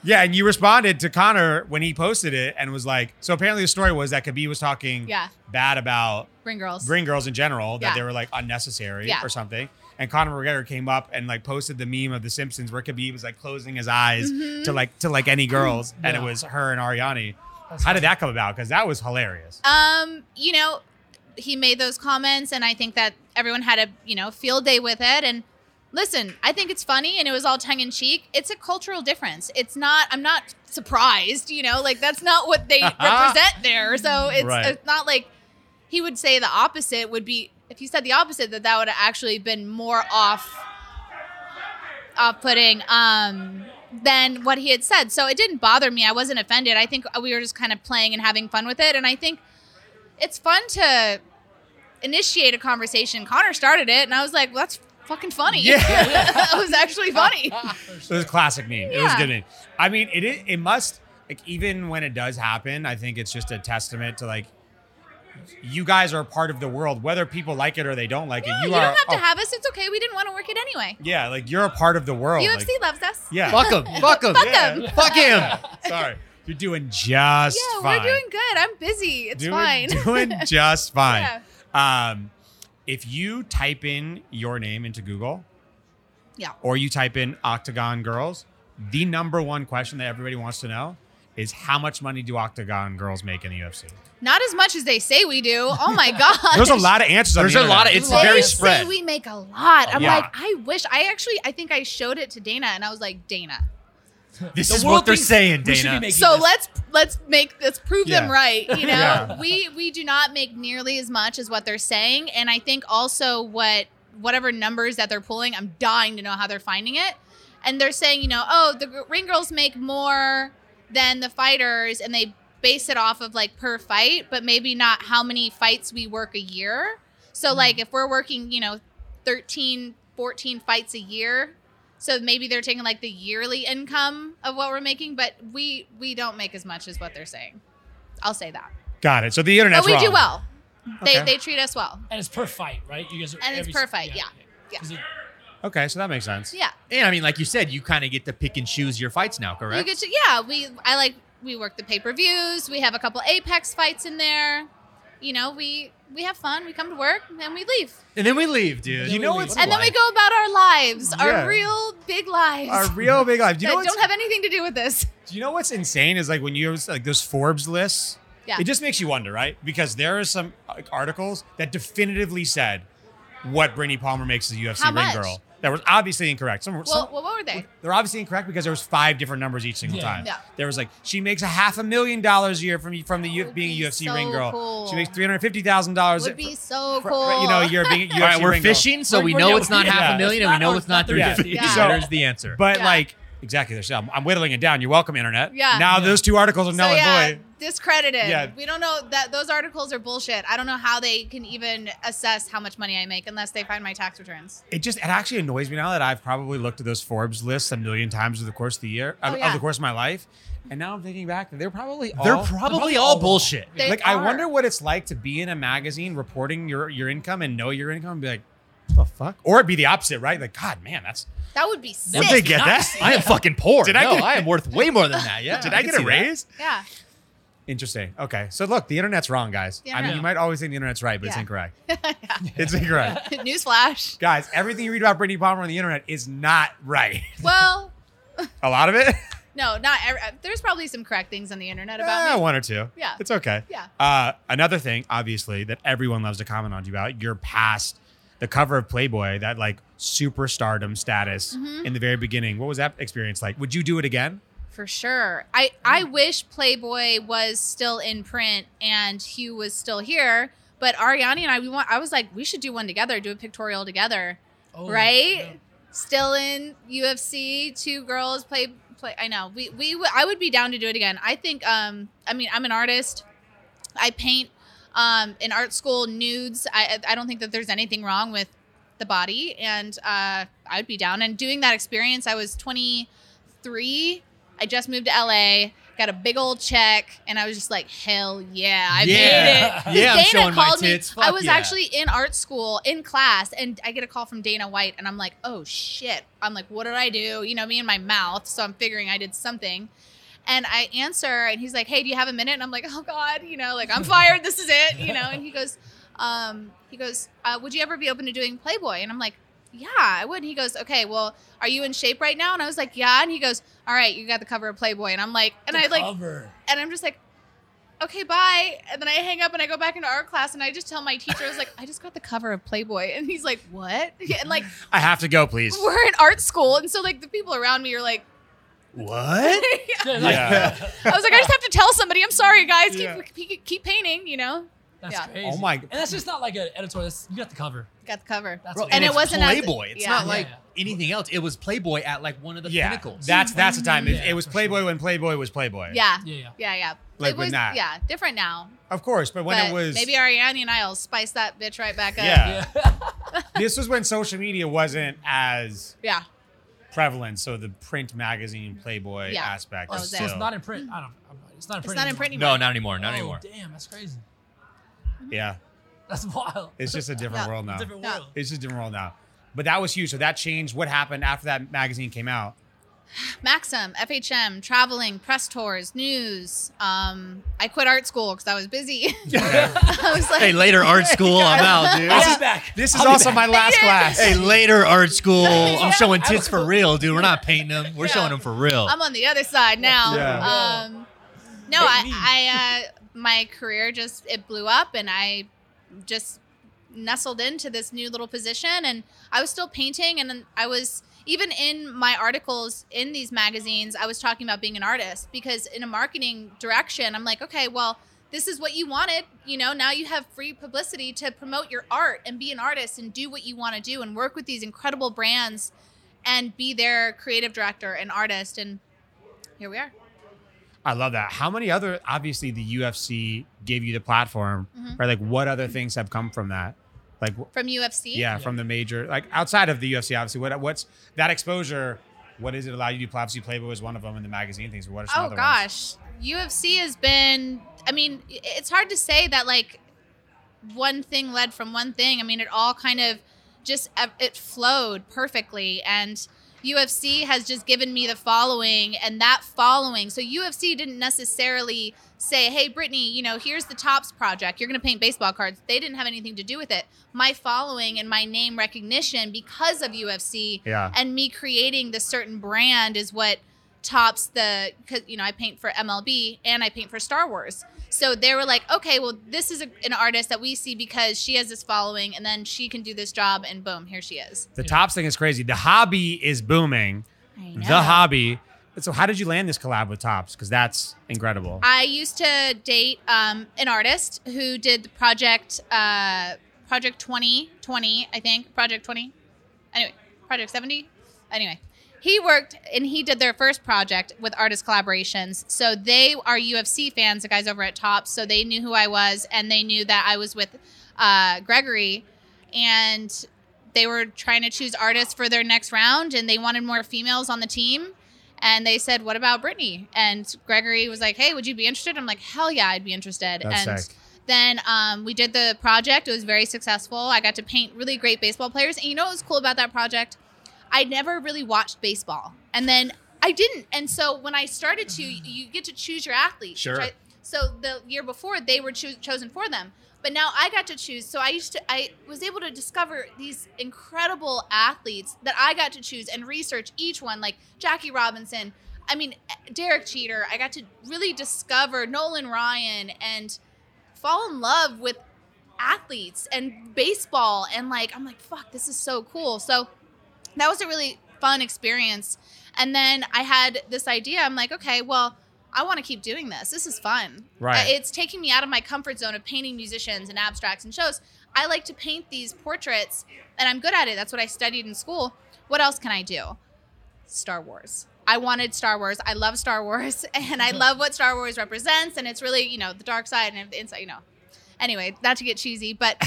Yeah, and you responded to Connor when he posted it and was like, so apparently the story was that Khabib was talking Yeah. bad about ring girls. Green girls in general that Yeah. they were like unnecessary Yeah. or something. And Conor McGregor came up and like posted the meme of The Simpsons where Khabib was like closing his eyes Mm-hmm. to like to like any girls, and it Yeah. was her and Ariani. That's How did that come about? Because that was hilarious. Um, you know, he made those comments, and I think that everyone had a you know field day with it. And listen, I think it's funny, and it was all tongue in cheek. It's a cultural difference. It's not. I'm not surprised. You know, like that's not what they represent there. So it's, Right. it's not like he would say the opposite would be if he said the opposite that that would have actually been more off off putting um than what he had said. So it didn't bother me. I wasn't offended. I think we were just kind of playing and having fun with it and I think it's fun to initiate a conversation. Connor started it and I was like, well, that's fucking funny. Yeah. Uh, that was actually funny. It was a classic meme. It was a Yeah. good meme. I mean, it is, it must like even when it does happen, I think it's just a testament to like you guys are a part of the world, whether people like it or they don't like No, it. you, are don't have to oh, have us. It's okay. We didn't want to work it anyway. yeah, like you're a part of the world. UFC Oh, like- loves us. yeah, Fuck him. Fuck him. Fuck yeah. 'em. Fuck him. Sorry, you're doing just Yeah, fine. we're doing good. I'm busy. It's doing, fine. doing just fine. Um, if you type in your name into Google, Yeah. or you type in Octagon Girls, the number one question that everybody wants to know is how much money do Octagon Girls make in the UFC? Not as much as they say we do. Oh my god. There's a lot of answers. on There's the a lot of- internet. it's they very say spread. we make a lot. I'm Yeah. like, I wish. I actually, I think I showed it to Dana, and I was like, Dana. This The is world what they're thinks saying, we should be Dana. making So this. let's let's make let's prove Yeah. them right. You know, Yeah. we we do not make nearly as much as what they're saying, and I think also what whatever numbers that they're pulling, I'm dying to know how they're finding it. And they're saying, you know, oh, the gr- ring girls make more than the fighters, and they base it off of like per fight, but maybe not how many fights we work a year. So like if we're working, you know, 13, 14 fights a year, so maybe they're taking like the yearly income of what we're making, but we we don't make as much as what they're saying. I'll say that. Got it. So the internet's but we do wrong. well. They Okay. they treat us well. and it's per fight, right? You guys are And it's every- per fight, yeah. Yeah. 'Cause it- Okay, so that makes sense. Yeah. And I mean, like you said, you kind of get to pick and choose your fights now, You correct? get to, yeah, we I like we work the pay-per-views, we have a couple Apex fights in there. You know, we we have fun, we come to work and we leave. and then we leave, dude. Then You we know leave. what's- And then we Life. go about our lives, Yeah. our real big lives. A real big life. Do you know that what's don't have anything to do with this. Do you know what's insane is like when you're like those Forbes lists? Yeah. It just makes you wonder, right? Because there are some like, articles that definitively said what Brittany Palmer makes as a UFC How ring much? girl. That was obviously incorrect. Some, some- Well, well, what were they? they're obviously incorrect because there was five different numbers each single Yeah. time. Yeah. There was like she makes a half a million dollars a year from from the U- would being be a UFC so ring girl. cool. She makes three hundred fifty thousand dollars. Would be so cool. You know, you're being a UFC All right, we're ring girl. fishing, so We're- we we're know doing- it's not yeah. half a It's million, and we not- know or it's not it's not 350. Yeah. So Yeah. there's the answer. But Yeah. like exactly, there's I'm, I'm whittling it down. You're welcome, internet. Yeah. Now Yeah. those two articles are null so and yeah, void. discredited. Yeah. We don't know that those articles are bullshit. I don't know how they can even assess how much money I make unless they find my tax returns. it just it actually annoys me now that I've probably looked at those Forbes lists a million times over the course of the year Oh, of, of yeah. the course of my life, and now I'm thinking back that they're probably all, they're probably all bullshit. They like I are. wonder what it's like to be in a magazine reporting your your income and know your income and be like what the fuck or it'd be the opposite right like God man that's That would be Would sick. they get that? I am fucking poor. Did no, I I, get- am worth way more than that. Yeah. did I, can get a see that. raise yeah. interesting okay so look the internet's wrong guys The I mean internet. you might always think the internet's right but it's Yeah. incorrect it's incorrect Newsflash. guys everything you read about Brittany Palmer on the internet is not right Well, a lot of it no, not every, uh, there's probably some correct things on the internet Eh, about me. one or two Yeah. it's okay Yeah. Uh, another thing, obviously, that everyone loves to comment on you about your past, the cover of Playboy, that like superstardom status Mm-hmm. in the very beginning. What was that experience like? Would you do it again? For sure. I, I wish Playboy was still in print and Hugh was still here. But Ariani and I, we want. I was like, we should do one together, do a pictorial together, oh, right? yeah. Still in UFC, two girls play. Play. I know. We we. w- I would be down to do it again. I think. Um. I mean, I'm an artist. I paint. Um. In art school, nudes. I I I don't think that there's anything wrong with the body, and uh, I'd be down. And doing that experience, I was 23. I just moved to LA, got a big old check, and I was just like, hell yeah, I made it. yeah. made Because Yeah, I'm showing my tits. I Fuck was yeah. actually in art school in class, and I get a call from Dana White, and I'm like, oh shit. I'm like, what did I do? You know, me and my mouth. So I'm figuring I did something. And I answer, and he's like, hey, do you have a minute? And I'm like, oh God, you know, like I'm fired. This is it, you know. And he goes, um, he goes, uh, would you ever be open to doing Playboy? And I'm like, yeah, I would. And he goes, okay, well, are you in shape right now? And I was like, yeah. And he goes, all right, you got the cover of Playboy. And I'm like, and The I like cover. and I'm just like, okay, bye. And then I hang up and I go back into art class and I just tell my teacher, I was like, I just got the cover of Playboy. And he's like, what? And like, I have to go, please. we're in art school. And so, like, the people around me are like, What? They're Yeah. like- I was like, I just have to tell somebody. I'm sorry, guys. Keep, Yeah. keep, keep painting, you know? That's Yeah. crazy. Oh my- And that's just not like an editorial. That's, you got the cover. Got the cover. That's Bro, what and it it's wasn't as- Playboy. it's yeah. not like Yeah. anything else. It was Playboy at like one of the yeah, pinnacles. that's that's the time. It, Yeah, it was for Playboy when Playboy was Playboy. Yeah. Yeah, yeah. Yeah, yeah. Like Playboy's- with that. Yeah, different now. of course. But when but it was, maybe Ariana and I'll spice that bitch right back up. Yeah. Yeah. this was when social media wasn't as Yeah. prevalent. So the print magazine Playboy Yeah. aspect Oh, is is that- so still, it's not in print. I don't. I'm, it's not in It's print. not in print anymore. anymore. no, not anymore. Not oh, anymore. Damn, that's crazy. yeah. That's wild. It's just a different Yeah. world now. Different No. world. It's just a different world now. But that was huge. So that changed. What happened after that magazine came out? Maxim, FHM, traveling, press tours, news. Um, I quit art school because I was busy. I was like, Hey, later art school, I'm out, dude. I'll be back. This is I'll be also back. my last Yeah. class. Hey, later art school, I'm showing I tits for was- real, dude. We're not painting them. We're Yeah. showing them for real. I'm on the other side now. Yeah. Um, no, Hit me. I, I uh, my career just it blew up, and I just nestled into this new little position, and I was still painting, and then I was even in my articles in these magazines, I was talking about being an artist because in a marketing direction, I'm like, okay, well. This is what you wanted, you know. Now you have free publicity to promote your art and be an artist and do what you want to do and work with these incredible brands and be their creative director and artist. And here we are. I love that. How many other obviously the UFC gave you the platform, Mhm. right? Like what other things have come from that? Like wh- From UFC? yeah, from the major like outside of the UFC, obviously. What what's that exposure? What does it allow you to do? Obviously, Playboy was one of them in the magazine things. But what are some Oh other ones? gosh. UFC has been I mean, i- it's hard to say that like one thing led from one thing. I mean, it all kind of just ev- it flowed perfectly and UFC has just given me the following and that following. So UFC didn't necessarily say, "Hey Brittany, you know, here's the Tops project. You're going to paint baseball cards." They didn't have anything to do with it. My following and my name recognition because of UFC Yeah. and me creating this certain brand is what tops the because you know i paint for mlb and i paint for star wars so they were like okay well this is a, an artist that we see because she has this following and then she can do this job and boom here she is The tops thing is crazy. The hobby is booming. The hobby. So how did you land this collab with Tops? Because that's incredible. I used to date um, an artist who did the project uh, Project 2020, I think. Project 20. Anyway, Project 70. Anyway, he worked and he did their first project with artist collaborations. So they are UFC fans, the guys over at Top. So they knew who I was and they knew that I was with uh, Gregory. And they were trying to choose artists for their next round and they wanted more females on the team and they said what about brittany and gregory was like hey would you be interested i'm like hell yeah i'd be interested That's and sick. then um, we did the project it was very successful i got to paint really great baseball players and you know what was cool about that project i never really watched baseball and then i didn't and so when i started to you get to choose your athletes Sure. right? so the year before they were choo- chosen for them but now I got to choose. So I used to, I was able to discover these incredible athletes that I got to choose and research each one, like Jackie Robinson. I mean, eh, Derek Cheater. I got to really discover Nolan Ryan and fall in love with athletes and baseball. And like, I'm like, fuck, this is so cool. So that was a really fun experience. And then I had this idea. I'm like, okay, well, I want to keep doing this. This is fun. Right. Uh, It's taking me out of my comfort zone of painting musicians and abstracts and shows. I like to paint these portraits and I'm good at it. That's what I studied in school. What else can I do? Star Wars. I wanted Star Wars. I love Star Wars and I love what Star Wars represents. And it's really, you know, the dark side and the inside, you know. Anyway, not to get cheesy, but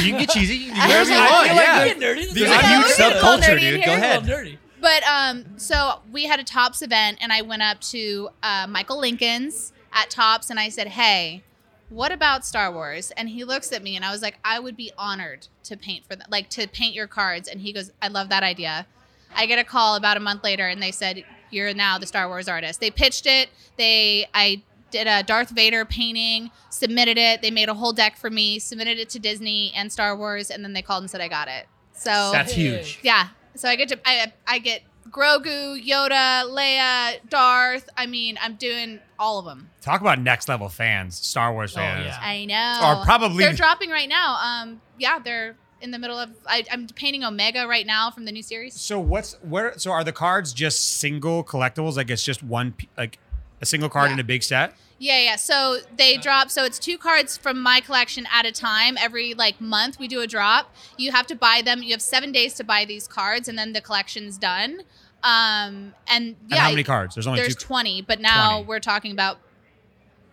You can get cheesy. You can do whatever you I feel want. You're yeah. like, you're nerdy. There's Yeah, a huge we get a little subculture, nerdy in dude. here. Go You're a little ahead. nerdy. But um, so we had a Tops event, and I went up to uh, Michael Lincoln's at Tops, and I said, "Hey, what about Star Wars?" And he looks at me, and I was like, "I would be honored to paint for them, like to paint your cards." And he goes, "I love that idea." I get a call about a month later, and they said, "You're now the Star Wars artist." They pitched it. They I did a Darth Vader painting, submitted it. They made a whole deck for me, submitted it to Disney and Star Wars, and then they called and said I got it. So That's Okay. huge. yeah. So I get to I I get Grogu, Yoda, Leia, Darth. I mean, I'm doing all of them. Talk about next level fans, Star Wars Oh, fans. yeah. I know. Or probably- they're dropping right now. Um, yeah, they're in the middle of. I, I'm painting Omega right now from the new series. So what's where? So are the cards just single collectibles? Like it's just one, p- like a single card Yeah. in a big set. Yeah, yeah. So they drop. So it's two cards from my collection at a time. Every like month, we do a drop. You have to buy them. You have seven days to buy these cards, and then the collection's done. Um, and yeah, And how many cards? There's only there's two. 20, but now 20. we're talking about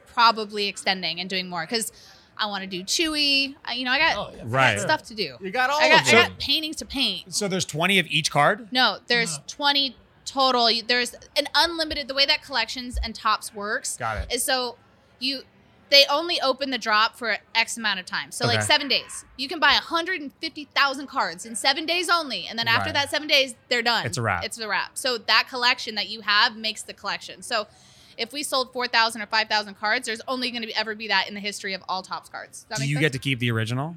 probably extending and doing more because I want to do Chewy. I- You know, I got, Oh, yeah, for I got Right. stuff to do. You got all I got, I them. got paintings to paint. So there's 20 of each card. No, there's No. 20 total. You- There's an unlimited. The way that collections and tops works Got it. is so you they only open the drop for X amount of time. So like Okay. seven days. You can buy 150,000 cards in seven days only. And then after Right. that seven days, they're done. It's a wrap. It's a wrap. So that collection that you have makes the collection. So if we sold 4,000 or 5,000 cards, there's only going to ever be that in the history of all tops cards. Does that Do make you sense? get to keep the original?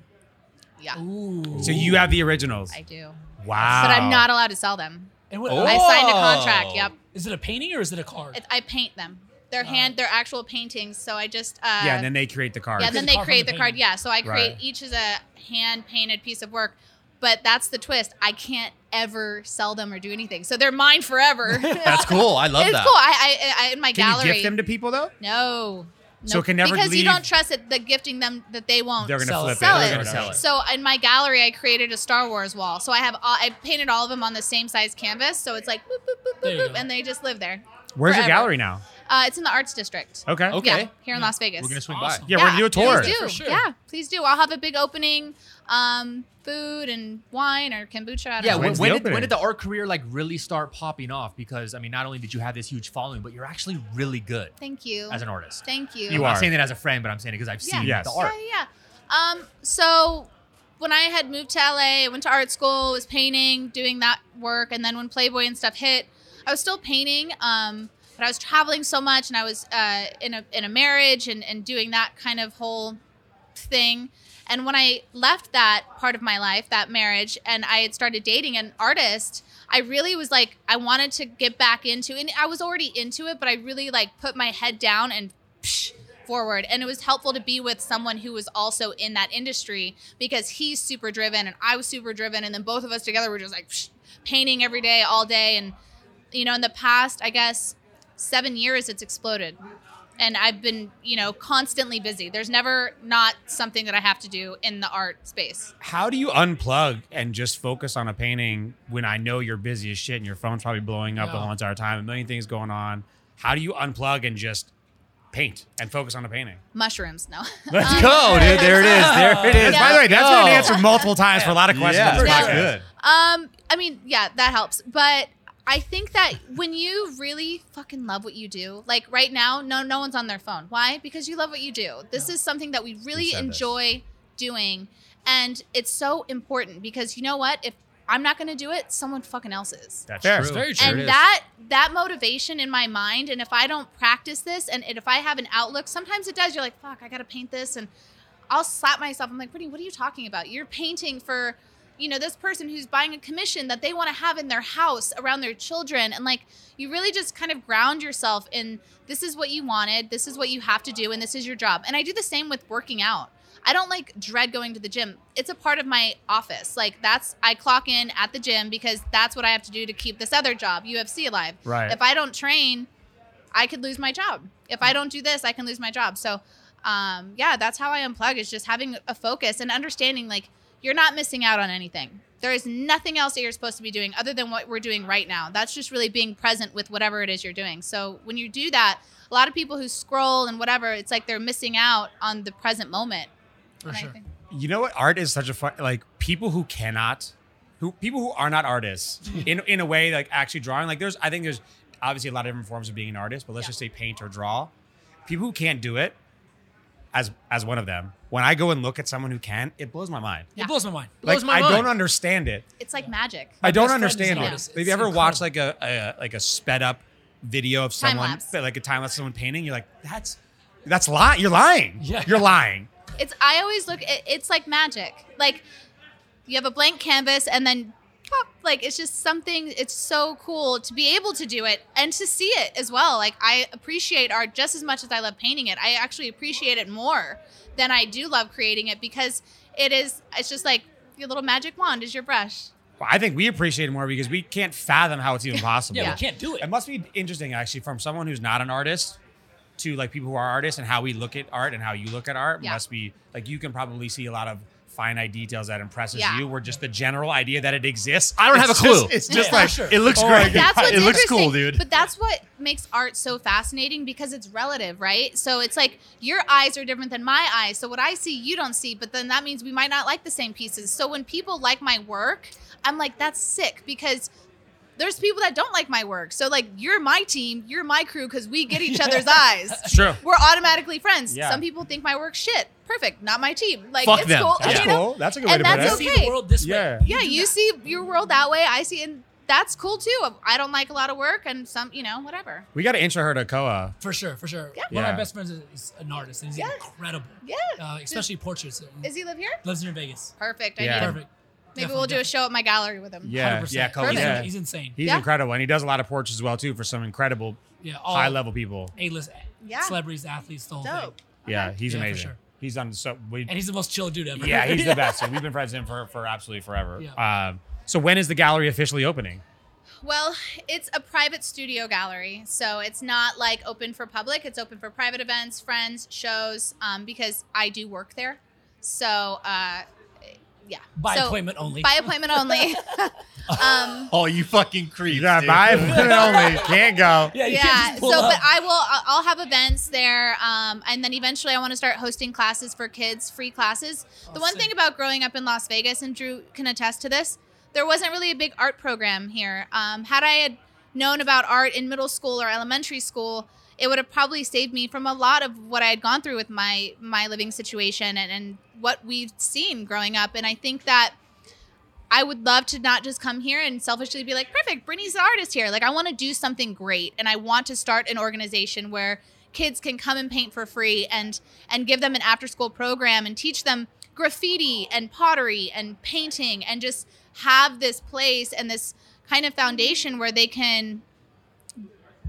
yeah, Ooh. So you have the originals. I do. Wow. But I'm not allowed to sell them. And what, Oh. I signed a contract. Oh. Yep. Is it a painting or is it a card? It, I paint them. They're Oh. hand, they're actual paintings. So I just uh, yeah, and then they create the cards. Yeah, Create then the they card from create the the card. painting. Yeah, so I create Right. each as a hand painted piece of work. But that's the twist. I can't ever sell them or do anything, so they're mine forever. That's cool. I love it's that. cool. I, I, I in my Can gallery. you gift them to people though? no. No, So it can never because leave- you don't trust it. The gifting them that they won't. They're gonna Sell flip it. it. Sell They're it. gonna Sell it. So in my gallery, I created a Star Wars wall. So I have all, I painted all of them on the same size canvas. So it's like boop boop There boop you boop boop, go. and they just live there. Where's your Forever. gallery now? Uh, it's in the arts district. Oh, Okay. Okay. Yeah, here in Las Vegas. We're gonna swing Awesome. by. Yeah, we're gonna do a tour. Please do. For sure. Yeah, please do. I'll have a big opening, um, food and wine or kombucha. I don't Yeah, know. when, When's when the did, when opening? did the art career like really start popping off? Because I mean, not only did you have this huge following, but you're actually really good Thank you. as an artist. Thank you. You I'm are. not saying that as a friend, but I'm saying it because I've Yeah. seen Yes. the Yeah, art. yeah. yeah. Um, so when I had moved to LA, I went to art school, was painting, doing that work, and then when Playboy and stuff hit, I was still painting. Um, but I was traveling so much, and I was uh, in a in a marriage and and doing that kind of whole thing. And when I left that part of my life, that marriage, and I had started dating an artist, I really was like, I wanted to get back into, and I was already into it, but I really like put my head down and psh, forward. And it was helpful to be with someone who was also in that industry because he's super driven and I was super driven, and then both of us together were just like psh, painting every day, all day, and you know, in the past, I guess seven years, it's exploded. And I've been, you know, constantly busy. There's never not something that I have to do in the art space. How do you unplug and just focus on a painting when I know you're busy as shit and your phone's probably blowing up the Yeah. whole entire time, a million things going on? How do you unplug and just paint and focus on a painting? Mushrooms, no. Let's Um, Go, dude. There it is. There it is. Yeah. By the way, that's Go. been answered multiple times for a lot of questions. Yeah, on this that's podcast. good. Um, I mean, yeah, that helps. But I think that when you really fucking love what you do, like right now, no, no one's on their phone. Why? Because you love what you do. This is something that we really said this. enjoy doing, and it's so important because you know what? If I'm not going to do it, someone fucking else is. That's Fair. true. Very true. Sure and it is. that that motivation in my mind and if i don't practice this and if i have an outlook sometimes it does you're like fuck i gotta paint this and i'll slap myself i'm like brittany what are you talking about you're painting for you know this person who's buying a commission that they want to have in their house around their children and like you really just kind of ground yourself in this is what you wanted this is what you have to do and this is your job and i do the same with working out I don't like dread going to the gym. It's a part of my office. Like that's I clock in at the gym because that's what I have to do to keep this other job, UFC alive. Right. If I don't train, I could lose my job. If Mm. I don't do this, I can lose my job. So um yeah, that's how I unplug is just having a focus and understanding like you're not missing out on anything. There is nothing else that you're supposed to be doing other than what we're doing right now. That's just really being present with whatever it is you're doing. So when you do that, a lot of people who scroll and whatever, it's like they're missing out on the present moment. For And I sure. think- You know what? Art is such a fun. Like people who cannot, who people who are not artists, in in a way, like actually drawing. Like there's, I think there's obviously a lot of different forms of being an artist, but let's Yeah. just say paint or draw. People who can't do it, as as one of them. When I go and look at someone who can, it blows my mind. Yeah. It blows my mind. Like Blows my I mind. don't understand it. It's like magic. I don't best friend is an understand it. artist. Have you It's ever watched like a, a like a sped up video of someone, Time-lapse. like a time lapse of someone painting? You're like, that's that's lying. You're lying. Yeah. You're lying. It's I always look it, it's like magic. Like you have a blank canvas and then pop, like it's just something it's so cool to be able to do it and to see it as well. Like I appreciate art just as much as I love painting it. I actually appreciate it more than I do love creating it because it is it's just like your little magic wand is your brush. Well, I think we appreciate it more because we can't fathom how it's even possible. Yeah, we can't do it. It must be interesting, actually, from someone who's not an artist to like people who are artists and how we look at art and how you look at art Yeah. must be like you can probably see a lot of finite details that impresses Yeah. you. Where just the general idea that it exists. I don't have it's a clue. just- it's just Yeah. like Sure. It looks Oh my great. God. That's what's it looks interesting, cool, dude. But that's what makes art so fascinating because it's relative, right? So it's like your eyes are different than my eyes. So what I see, you don't see. But then that means we might not like the same pieces. So when people like my work, I'm like, that's sick because there's people that don't like my work. So like, you're my team, you're my crew because we get each other's eyes. true. We're automatically friends. Yeah. Some people think my work's shit. Perfect, not my team. Like Fuck it's them. cool. That's you know? cool. That's a good way And to put that's it. see okay. the world this Yeah. way. Yeah, you see your world that way. I see, and that's cool too. I don't like a lot of work, and some, you know, whatever. We got to intro her to Koa. For sure, for sure. Yeah. One of Yeah. my best friends is, is an artist, and he's Yeah. incredible. Yeah. Uh, especially portraits. and Does he live here? Lives near Vegas. Perfect. I Yeah. need him. Perfect. Maybe we'll do a show at my gallery with him. Yeah, yeah, Koa's He's, Perfect. yeah. he's insane. He's Yeah. incredible, and he does a lot of portraits as well too for some incredible Yeah, high level people. A-list Yeah. celebrities, athletes, the whole thing. Dope. Yeah, he's Yeah, for amazing. sure. He's on so. We, And he's the most chill dude ever. yeah, he's the best. and we've been friends with him for, for absolutely forever. Yeah. Um, so when is the gallery officially opening? Well, it's a private studio gallery, so it's not like open for public. It's open for private events, friends, shows, um, because I do work there. So, uh, yeah. By So- appointment only. By appointment only. um, oh, you fucking creep. You got buy it only. Can't go. yeah, you can't yeah just so pull up. but i will I'll- i'll have events there um, and then eventually i want to start hosting classes for kids free classes the Oh, one sick. thing about growing up in las vegas and drew can attest to this there wasn't really a big art program here um, had i had known about art in middle school or elementary school it would have probably saved me from a lot of what i had gone through with my my living situation and, and what we've seen growing up and i think that I would love to not just come here and selfishly be like, perfect, Brittany's an artist here. Like, I want to do something great, and I want to start an organization where kids can come and paint for free and and give them an after school program and teach them graffiti and pottery and painting and just have this place and this kind of foundation where they can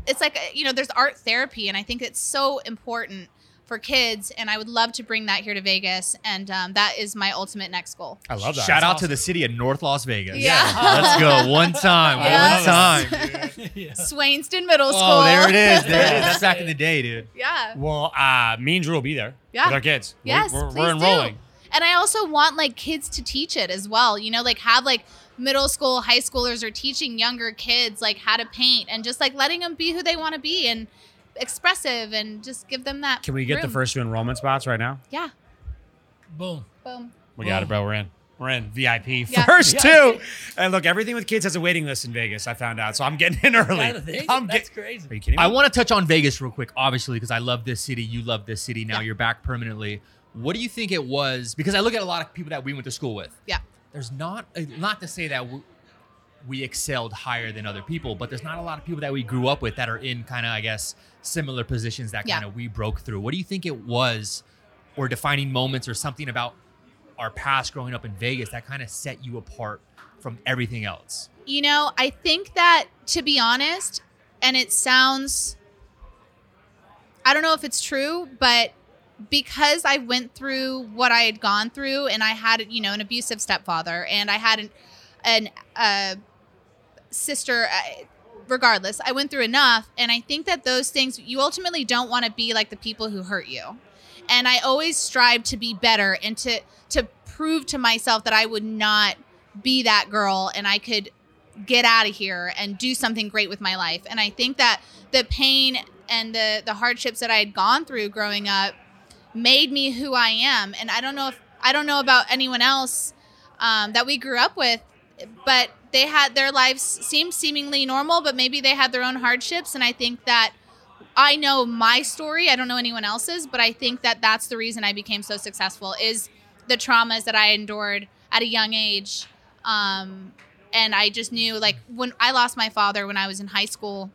it's like uh, you know there's art therapy and i think it's so important for kids and i would love to bring that here to vegas and um, that is my ultimate next goal I love that. Shout That's out to awesome. the city of North Las Vegas. Yeah. Let's go. One time. Yes. One time. yeah. Swainston Middle School. Oh, there it is. There it is. That's back in the day, dude. Yeah. Well, uh, me and Drew will be there Yeah. with our kids. We- Yes, we're, please we're enrolling. do. And I also want like kids to teach it as well. You know, like have like middle school, high schoolers are teaching younger kids like how to paint and just like letting them be who they want to be and expressive and just give them that. Can we get the room. first two enrollment spots right now? Yeah. Boom. Boom. We got it, bro. We're in. We're in VIP Yeah. first Yeah. two. And look, everything with kids has a waiting list in Vegas. I found out, so I'm getting in early. Kinda thing? I'm That's getting. crazy. Are you kidding me? I want to touch on Vegas real quick, obviously, because I love this city. You love this city. Now Yeah. you're back permanently. What do you think it was? Because I look at a lot of people that we went to school with. Yeah. There's not, uh, not to say that we, we excelled higher than other people, but there's not a lot of people that we grew up with that are in kind of, I guess, similar positions that Yeah. kind of we broke through. What do you think it was, or defining moments or something about our past growing up in Vegas that kind of set you apart from everything else? You know, I think that to be honest, and it sounds I don't know if it's true, but because I went through what I had gone through and I had, you know, an abusive stepfather and I had an an uh sister I- regardless, I went through enough and I think that those things you ultimately don't want to be like the people who hurt you. And I always strive to be better and to to prove to myself that I would not be that girl and I could get out of here and do something great with my life. And I think that the pain and the the hardships that I had gone through growing up made me who I am. And I don't know if I don't know about anyone else um, that we grew up with, but they had their lives seemed seemingly normal, but maybe they had their own hardships. And I think that I know my story. I don't know anyone else's, but I think that that's the reason I became so successful is the traumas that I endured at a young age. Um, and I just knew like when I lost my father when I was in high school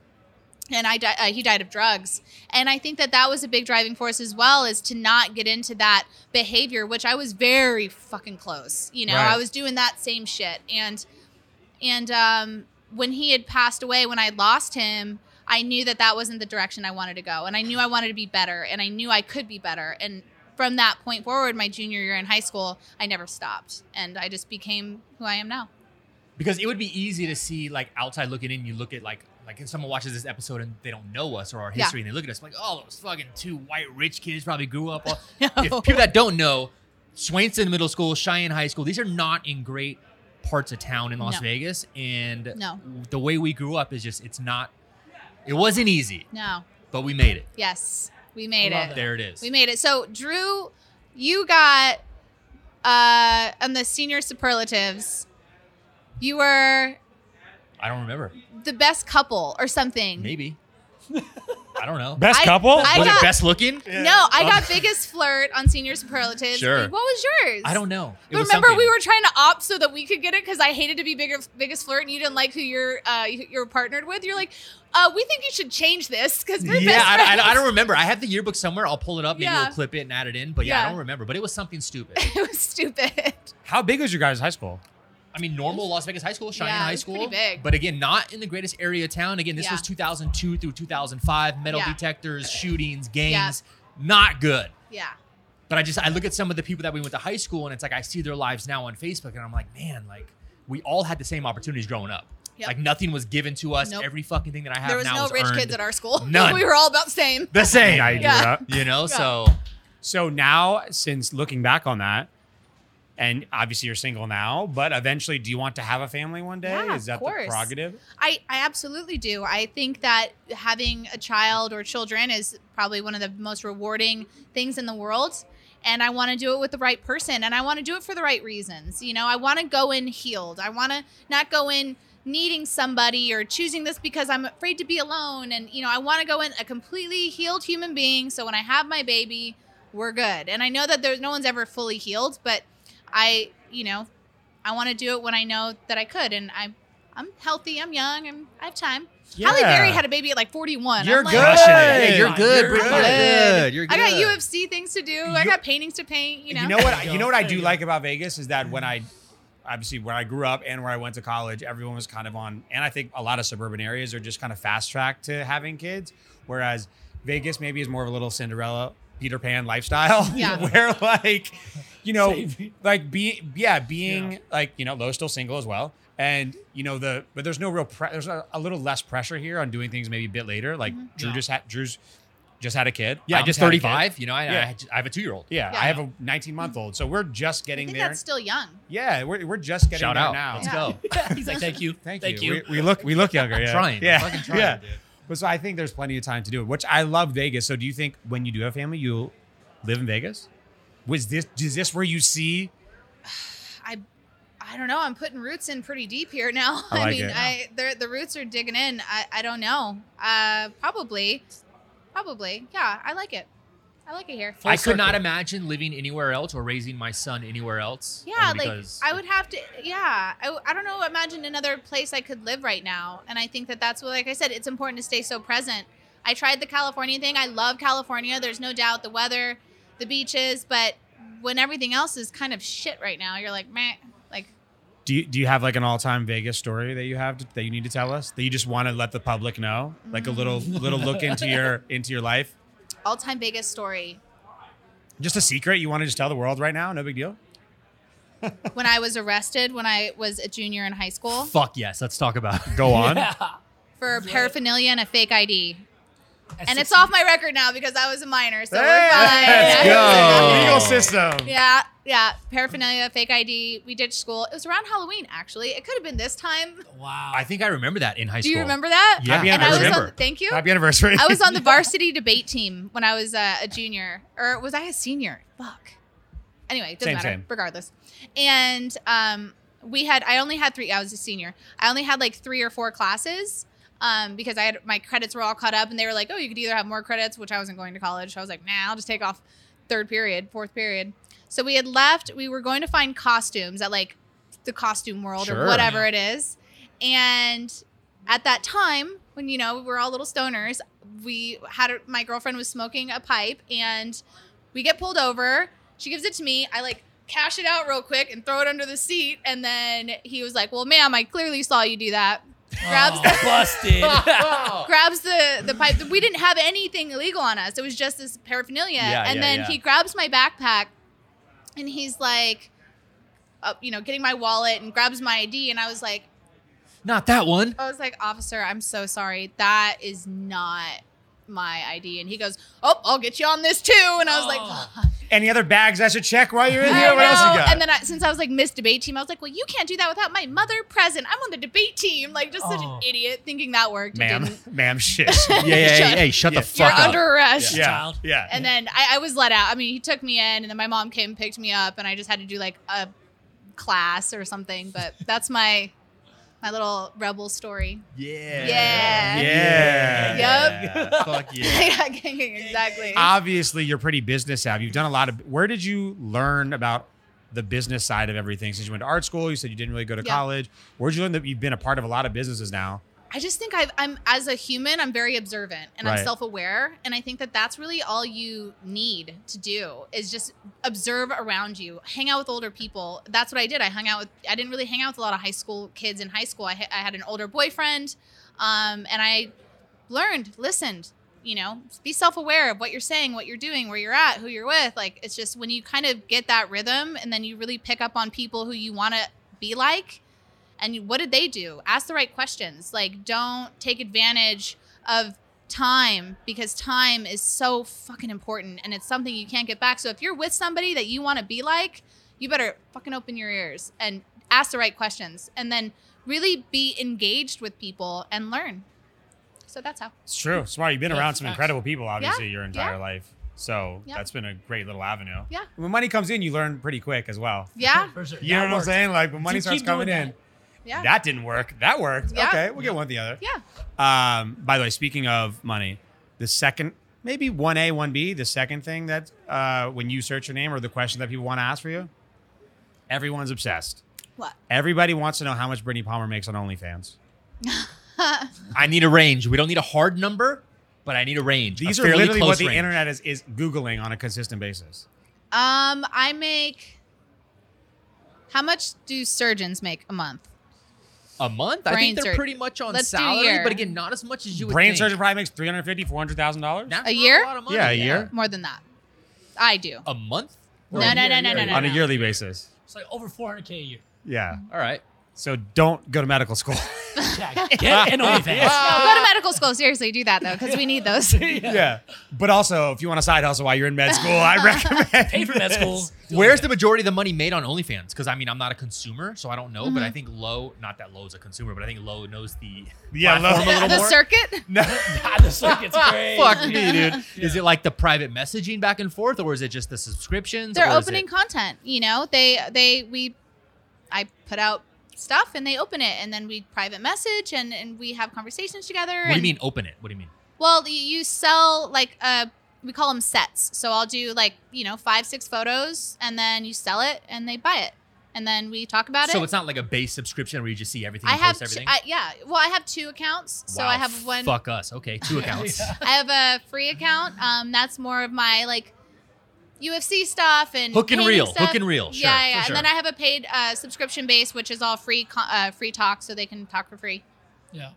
and I di- uh, he died of drugs. And I think that that was a big driving force as well is to not get into that behavior, which I was very fucking close. You know, Right. I was doing that same shit. And and um, when he had passed away, when I lost him, I knew that that wasn't the direction I wanted to go, and I knew I wanted to be better, and I knew I could be better. And from that point forward, my junior year in high school, I never stopped, and I just became who I am now. because it would be easy to see like outside looking in you look at like Like if someone watches this episode and they don't know us or our Yeah. history and they look at us like, oh, those fucking two white rich kids probably grew up. on-" No. If people that don't know, Swainson Middle School, Cheyenne High School, these are not in great parts of town in Las No. Vegas, and No. the way we grew up is just it's not. It wasn't easy, No. but we made it. Yes. We made I love it. that. There it is. We made it. So Drew, you got uh on the senior superlatives, you were I don't remember. the best couple or something. Maybe. I don't know. Best I- couple? I was got- it best looking? No, I got biggest flirt on senior superlatives. Sure. What was yours? I don't know. It But was remember, something. we were trying to opt so that we could get it because I hated to be bigger, biggest flirt, and you didn't like who you're uh, you- you're partnered with. You're like, uh, we think you should change this because we're Yeah, best I, friends. I, I don't remember. I have the yearbook somewhere. I'll pull it up. Maybe Yeah. we'll clip it and add it in. But yeah, Yeah. I don't remember. But it was something stupid. it was stupid. How big was your guys' high school? I mean, normal Las Vegas high school, Cheyenne Yeah, it High was School. pretty big. But again, not in the greatest area of town. Again, this Yeah. was 2002 through 2005. Metal Yeah. detectors, shootings, gangs. Not good. Yeah, But I just, I look at some of the people that we went to high school and it's like, I see their lives now on Facebook and I'm like, man, like, we all had the same opportunities growing up. Yep. Like, nothing was given to us. Nope. Every fucking thing that I have there was now no is rich earned. kids at our school. None. we were all about the same. The same. I do Yeah. that. You know, Yeah. so So now, since looking back on that, and obviously you're single now, but eventually, do you want to have a family one day? Yeah, Is that of the course. prerogative? I, I absolutely do. I think that having a child or children is probably one of the most rewarding things in the world. And I want to do it with the right person and I want to do it for the right reasons. You know, I want to go in healed. I want to not go in needing somebody or choosing this because I'm afraid to be alone. And, you know, I want to go in a completely healed human being. So when I have my baby, we're good. And I know that there's no one's ever fully healed, but I, you know, I want to do it when I know that I could. And I'm I'm healthy. I'm young. I'm, I have time. Halle Berry had a baby at like 41. You're I'm like, good. Crushing it. Hey, You're good. You're You're good. good. You're good. I got UFC things to do. I You- got paintings to paint. You know. what? You know what I do like about Vegas is that when I, obviously, when I grew up and where I went to college, everyone was kind of on, and I think a lot of suburban areas are just kind of fast tracked to having kids, whereas Vegas maybe is more of a little Cinderella, Peter Pan lifestyle, Yeah. where like, you know, Same. like being, yeah, being Yeah. like you know, Lowe's still single as well. And you know the, but there's no real pre- there's a, a little less pressure here on doing things maybe a bit later. Like Mm-hmm. Drew Yeah. just had Drew's just had a kid. yeah, I I'm just had a kid. 35. You know, I, I Yeah. had- I have a two year old. Yeah, Yeah. I have a 19 month old, so we're just I getting think there. that's still young. yeah, we're, we're just getting Shout there out. now. Let's Yeah. go. He's like, thank you, Thank, thank you. you. We, we look we look younger. Yeah, Trying. Yeah, Fucking trying, yeah. dude. But so I think there's plenty of time to do it, which I love Vegas. So do you think when you do have family, you'll live in Vegas? Was this is this where you see? I I don't know. I'm putting roots in pretty deep here now. I I, like mean, it. I they're- the roots are digging in. I, I don't know. Uh, probably, probably. Yeah, I like it. I like it here. Full I could not circle. imagine living anywhere else or raising my son anywhere else. Yeah, only like because I would have to. Yeah, I, I don't know. Imagine another place I could live right now, and I think that that's what, like I said, it's important to stay so present. I tried the California thing. I love California. There's no doubt the weather, the beaches, but when everything else is kind of shit right now, you're like, meh. Like, Do you, do you have like an all time Vegas story that you have to, that you need to tell us that you just want to let the public know, like a little Mm. little look into your into your life, all time Vegas story. just a secret you want to just tell the world right now? No big deal. when I was arrested when I was a junior in high school Fuck yes, let's talk about. it. Go on. Yeah. for paraphernalia and a fake ID. At And it's 16. off my record now because I was a minor, so we're Hey, fine. let's go. Legal system. Yeah, yeah. Paraphernalia, fake ID. We ditched school. It was around Halloween, actually. It could have been this time. Wow. Oh, I think I remember that in high Do school. you remember that? Yeah. Happy and I was anniversary. on. Thank you. Happy anniversary. I was on the varsity debate team when I was uh, a junior, or was I a senior? Fuck. Anyway, it doesn't Same, matter. same. Regardless, and um, we had. I only had three. I was a senior. I only had like three or four classes. Um, because I had my credits were all caught up, and they were like, "Oh, you could either have more credits," which I wasn't going to college. So I was like, "Nah, I'll just take off third period, fourth period." So we had left. We were going to find costumes at like the costume world Sure. or whatever it is. And at that time, when you know we were all little stoners, we had a, my girlfriend was smoking a pipe, and we get pulled over. She gives it to me. I like cash it out real quick and throw it under the seat. And then he was like, "Well, ma'am, I clearly saw you do that." Grabs Oh, the busted. Oh. grabs the the pipe. We didn't have anything illegal on us. It was just this paraphernalia. Yeah, and yeah, then yeah. he grabs my backpack, and he's like, uh, you know, getting my wallet and grabs my ID, and I was like, Not that one. I was like, officer, I'm so sorry. That is not my ID. And he goes, oh, I'll get you on this too. And I was Oh. like, Any other bags I should check while you're in I here? What else you know. got? And then I, since I was like Miss Debate Team, I was like, well, you can't do that without my mother present. I'm on the debate team. Like, just such Oh. an idiot thinking that worked. It ma'am, didn't. ma'am, shit. Oh, Yeah, yeah, Shut- yeah, hey, shut yeah. the You're fuck up. under arrest. yeah, Child. yeah. And then I, I was let out. I mean, he took me in, and then my mom came and picked me up, and I just had to do like a class or something. But that's my my little rebel story. yeah. Yeah. Yeah. Yeah. Fuck yeah. yeah, gang, exactly. obviously you're pretty business savvy. You've done a lot of. Where did you learn about the business side of everything? Since you went to art school, you said you didn't really go to Yeah. college. Where'd you learn that you've been a part of a lot of businesses now? I just think I've, I'm as a human, I'm very observant and Right. I'm self-aware, and I think that that's really all you need to do is just observe around you, hang out with older people. That's what I did. I hung out with. I didn't really hang out with a lot of high school kids in high school. I, ha- I had an older boyfriend, um, and I learned, listened. You know, be self-aware of what you're saying, what you're doing, where you're at, who you're with. Like it's just when you kind of get that rhythm, and then you really pick up on people who you want to be like and you- what did they do ask the right questions like don't take advantage of time because time is so fucking important and it's something you can't get back so if you're with somebody that you want to be like you better fucking open your ears and ask the right questions and then really be engaged with people and learn so that's how It's true. Smart. You've been Yeah, around some facts. incredible people, obviously, your entire yeah. life. So Yeah. that's been a great little avenue. Yeah. When money comes in, you learn pretty quick as well. yeah For sure. You know That what worked. I'm saying? Like when money Dude, starts keep doing coming in, yeah that didn't work. That worked. Yeah. Okay, we'll get one or the other. yeah Um, by the way, speaking of money, the second, maybe 1A, 1B, the second thing that uh, when you search your name or the question that people want to ask for you, everyone's obsessed. what Everybody wants to know how much Brittany Palmer makes on OnlyFans. I need a range. We don't need a hard number, but I need a range. These a are fairly literally close what the range. internet is, is Googling on a consistent basis. um i make how much do surgeons make a month a month. I Brain think they're surgery. pretty much on Let's do salary, year. but again, not as much as you would Brain think. surgeon probably makes $350,000, $400,000 That's A not year? lot of money. Yeah, a year. more than that i do A month? No, Or a no, no, year, no, year, no, year. no, on a no. yearly basis. It's like over 400k a year. Yeah. All right. So don't go to medical school. Yeah, Get an OnlyFans. No, go Uh, to medical school. Seriously, do that though, because we need those. yeah. But also, if you want a side hustle while you're in med school, I recommend. Pay for med school. Where's the majority of the money made on OnlyFans? Because I mean, I'm not a consumer, so I don't know. Mm-hmm. But I think Low, not that Low's a consumer, but I think Low knows the Yeah, Low- platform a little the more. circuit. God, the circuit's great. Fuck me, dude. Is it like the private messaging back and forth, or is it just the subscriptions? They're or is opening It, content. You know, they they we, I put out stuff and they open it, and then we private message and and we have conversations together. what do you mean open it? What do you mean? Well, y- you sell like uh we call them sets. So I'll do like you know five six photos, and then you sell it, and they buy it, and then we talk about so it. it's not like a base subscription where you just see everything. I and have post two, everything. I, yeah. Well, I have two accounts, so Wow, I have one. Fuck us. Okay, two accounts. I have a free account. Um, that's more of my like UFC stuff and Hook and painting reel, stuff. hook and reel, sure, yeah, yeah. for And then sure. I have a paid uh, subscription base, which is all free, co- uh, free talk, so they can talk for free. Yeah.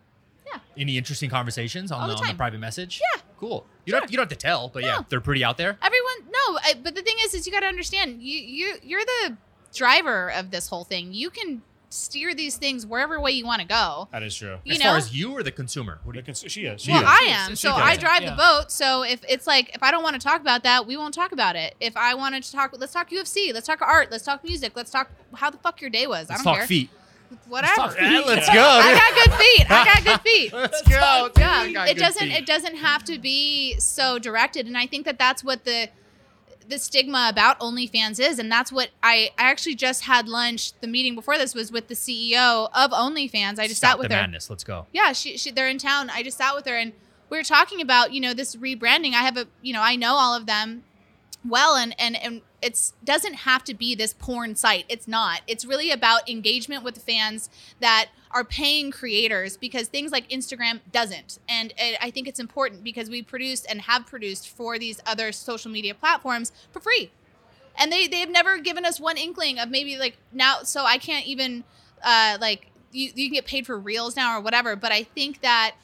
Any interesting conversations on All the, the on the time. private message? Yeah. Cool. You don't have, you don't have to tell, but yeah, No. Uh, they're pretty out there. Everyone, no, I, but the thing is, is you got to understand, you you you're the driver of this whole thing. You can steer these things wherever way you want to go. That is true. You as know, far as you or the consumer, what do you, She is. She well, is. I am. She So does. I drive Yeah. the boat. So if it's like if I don't want to talk about that, we won't talk about it. If I wanted to talk, let's talk UFC. Let's talk art. Let's talk music. Let's talk how the fuck your day was. I let's don't talk care. feet. Whatever. Let's talk feet. Let's go. I got good feet. I got good feet. Let's go. Yeah, it doesn't. It doesn't have to be so directed, and I think that that's what the the stigma about OnlyFans is, and that's what I I actually just had lunch. The meeting before this was with the CEO of OnlyFans. I just Stop sat with the her. madness. Let's go. Yeah, she, she they're in town. I just sat with her and we were talking about, you know, this rebranding. I have a, you know, I know all of them well and and and it's doesn't have to be this porn site. It's not. It's really about engagement with fans that are paying creators because things like Instagram doesn't. And it, I think it's important because we produce and have produced for these other social media platforms for free and they they've never given us one inkling of maybe like now so i can't even uh like you, you can get paid for reels now or whatever but i think that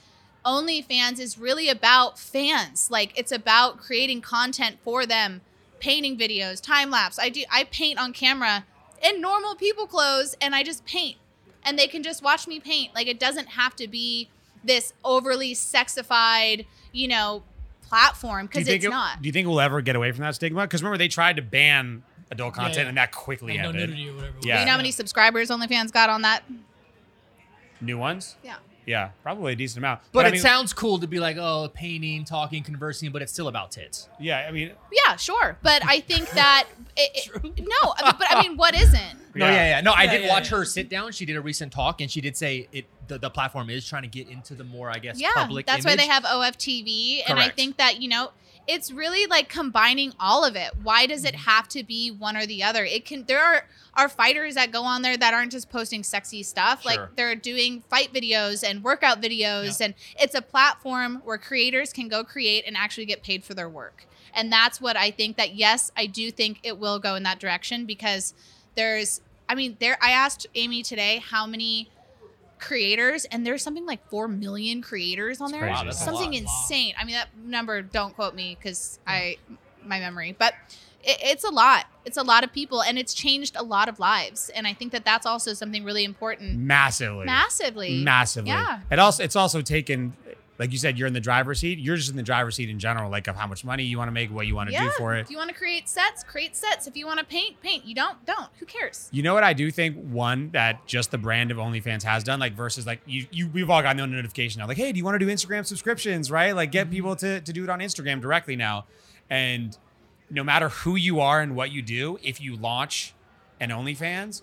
OnlyFans is really about fans. Like it's about creating content for them, painting videos, time lapse. I do I paint on camera in normal people clothes and I just paint. and they can just watch me paint. Like it doesn't have to be this overly sexified, you you know platform Do you because think it's it- not. Do you think we'll ever get away from that stigma? Because remember, they tried to ban adult Yeah, content, yeah. and that quickly Like, no ended. nudity or whatever. Yeah. you know how many subscribers OnlyFans got on that? New ones? Yeah. Yeah, probably a decent amount. But I it mean, sounds cool to be like, oh, painting, talking, conversing, but it's still about tits. yeah. I mean, Yeah, sure. But I think that it, it, no, I mean, but I mean, what isn't? No, yeah, yeah. No, I Yeah, did yeah, watch yeah. her sit down. She did a recent talk, and she did say it. The, the platform is trying to get into the more, I guess, yeah, public. that's why image. they have OFTV, and I Correct. think that you know it's really like combining all of it. Why does Mm-hmm. it have to be one or the other? It can. There are are fighters that go on there that aren't just posting sexy stuff. Sure. Like they're doing fight videos and workout videos, and it's a platform where creators can go create and actually get paid for their work. And that's what I think that yes, I do think it will go in that direction because there's I mean there I asked Amy today how many creators and there's something like 4 million creators on It's there crazy. Wow, that's a something lot. insane i mean that number don't quote me because i my memory but it, it's a lot it's a lot of people and it's changed a lot of lives and i think that that's also something really important massively. massively Massively. Yeah. It also it's also taken like you said, you're in the driver's seat. You're just in the driver's seat in general, like of how much money you want to make, what you want to do Yeah. for it. if you want to create sets create sets if you want to paint paint you don't don't who cares You know what I do think one that just the brand of OnlyFans has done, like versus like you, you we've all gotten the notification now, like, hey, do you want to do Instagram subscriptions, right? Like Mm-hmm. get people to to do it on Instagram directly now. And no matter who you are and what you do, if you launch an OnlyFans,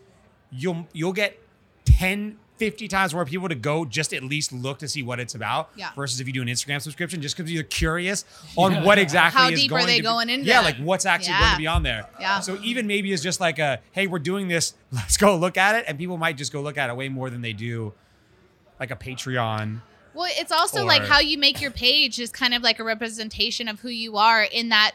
you'll you'll get 10, 50 times more people to go just at least look to see what it's about. Yeah. Versus if you do an Instagram subscription, just because you're curious on what exactly How is deep are going they to be- going into Yeah, that? like what's actually going Yeah. to be on there. Yeah. So even maybe it's just like a, hey, we're doing this. Let's go look at it, and people might just go look at it way more than they do, like a Patreon. Well, it's also like Or- how you make your page is kind of like a representation of who you are in that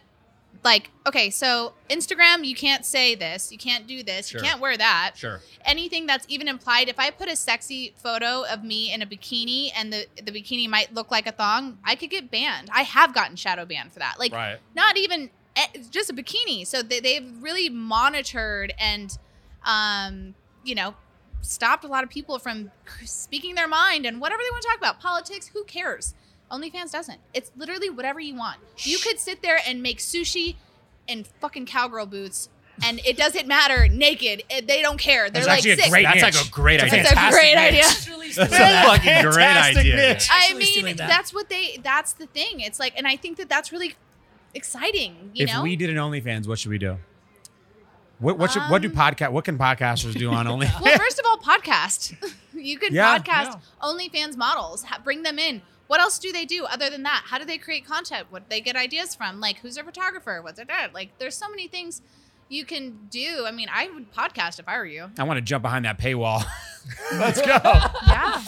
like okay, so Instagram you can't say this, you can't do this, Sure. you can't wear that. Sure. Anything that's even implied if I put a sexy photo of me in a bikini and the the bikini might look like a thong, I could get banned. I have gotten shadow banned for that. Like Right. not even it's just a bikini. So they, they've really monitored and, um, you know, stopped a lot of people from speaking their mind and whatever they want to talk about politics. Who cares? OnlyFans doesn't. It's literally whatever you want. You could sit there and make sushi in fucking cowgirl boots, and it doesn't matter. Naked, It- they don't care. They're That's like actually a sick. great. That's niche. like a great It's idea. That's a fantastic great niche. idea. That's a fucking great Fantastic idea. niche. I actually mean, stealing that. that's what they. That's the thing. It's like, and I think that that's really exciting. You if know, we did an OnlyFans, what should we do? What what should, what do Um, podcast what can podcasters do on OnlyFans? Well, first of all, podcast. you could Yeah, podcast OnlyFans models, ha- bring them in. What else do they do other than that? How do they create content? What do they get ideas from? Like, who's their photographer? What's their dad? Like, there's so many things you can do. I mean, I would podcast if I were you. I want to jump behind that paywall. Let's go. Yeah.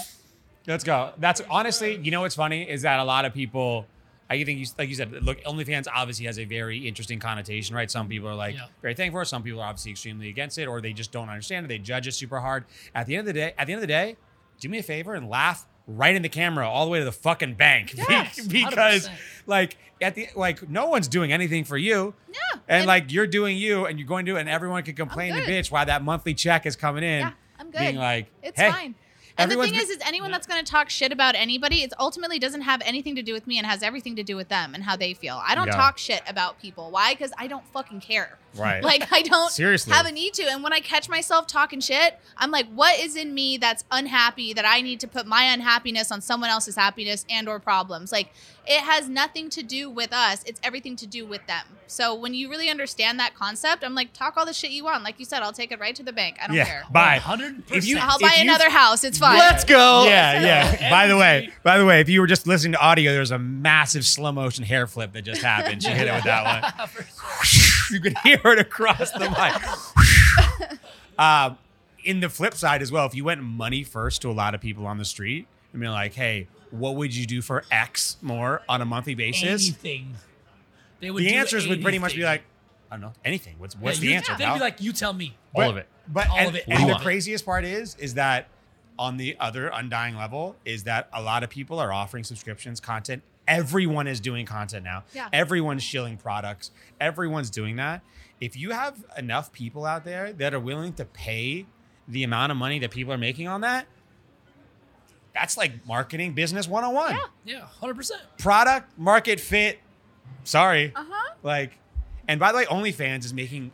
Let's go. That's honestly, you know what's funny is that a lot of people, I think, you, like you said, look, OnlyFans obviously has a very interesting connotation, right? Some people are like Yeah. very thankful, some people are obviously extremely against it, or they just don't understand it. They judge it super hard. At the end of the day, at the end of the day, do me a favor and laugh right in the camera all the way to the fucking bank, Yes, because 100%. like at the like no one's doing anything for you. Yeah. And, like you're doing you, and you're going to, and everyone can complain and good. bitch why that monthly check is coming in, yeah, I'm good. being like, it's hey, fine. And the thing everyone's is, is anyone Yeah. that's going to talk shit about anybody, it ultimately doesn't have anything to do with me and has everything to do with them and how they feel. I don't Yeah. talk shit about people. Why? Because I don't fucking care. right? Like, I don't Seriously, have a need to. And when I catch myself talking shit, I'm like, what is in me that's unhappy that I need to put my unhappiness on someone else's happiness and or problems? Like it has nothing to do with us. It's everything to do with them. So when you really understand that concept, I'm like, talk all the shit you want. Like you said, I'll take it right to the bank. I don't yeah, care. bye. 100%. If you- I'll buy you- another house. It's fine. Let's go. Yeah, yeah. Yeah. By the way, by the way, if you were just listening to audio, there's a massive slow motion hair flip that just happened. She hit it with that one. For sure. you could hear it across the mic. um, in the flip side as well, if you went money first to a lot of people on the street and you're like, hey, what would you do for X more on a monthly basis? anything. They would The do answers would pretty much be anything. like, I don't know, anything. What's what's Yeah, the you- answer? They'd pal? be like, you tell me. But- All of it. But All and, of it. and All the of it. craziest part is, is that on the other undying level is that a lot of people are offering subscriptions, content. Everyone is doing content now. Yeah. Everyone's shilling products. Everyone's doing that. If you have enough people out there that are willing to pay the amount of money that people are making on that, that's like marketing business 101. Yeah. Yeah, hundred percent. Product market fit. Sorry. Uh huh. Like, and by the way, OnlyFans is making.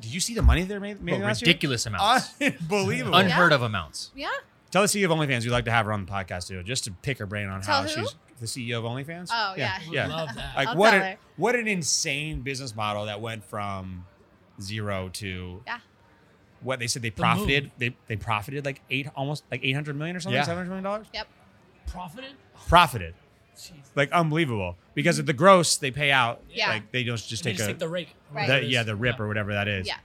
Did you see the money they're ma- making? But last year? ridiculous amounts, Unbelievable. Un- unheard of amounts. Yeah. Tell the CEO of OnlyFans we'd like to have her on the podcast too, just to pick her brain on Tell how who? she's the CEO of OnlyFans. Oh, yeah. Would yeah. love that. Like I'll what? tell An, her. what an insane business model that went from zero to Yeah. what they said they The profited. They, they profited like eight almost like eight hundred million or something, Yeah. seven hundred million dollars Yep. Profited. profited. Jeez. Like unbelievable because of the gross they pay out. Yeah. like they don't just They take just a take the rake. or Right. whatever the- it is. yeah the rip or whatever that is. Yeah.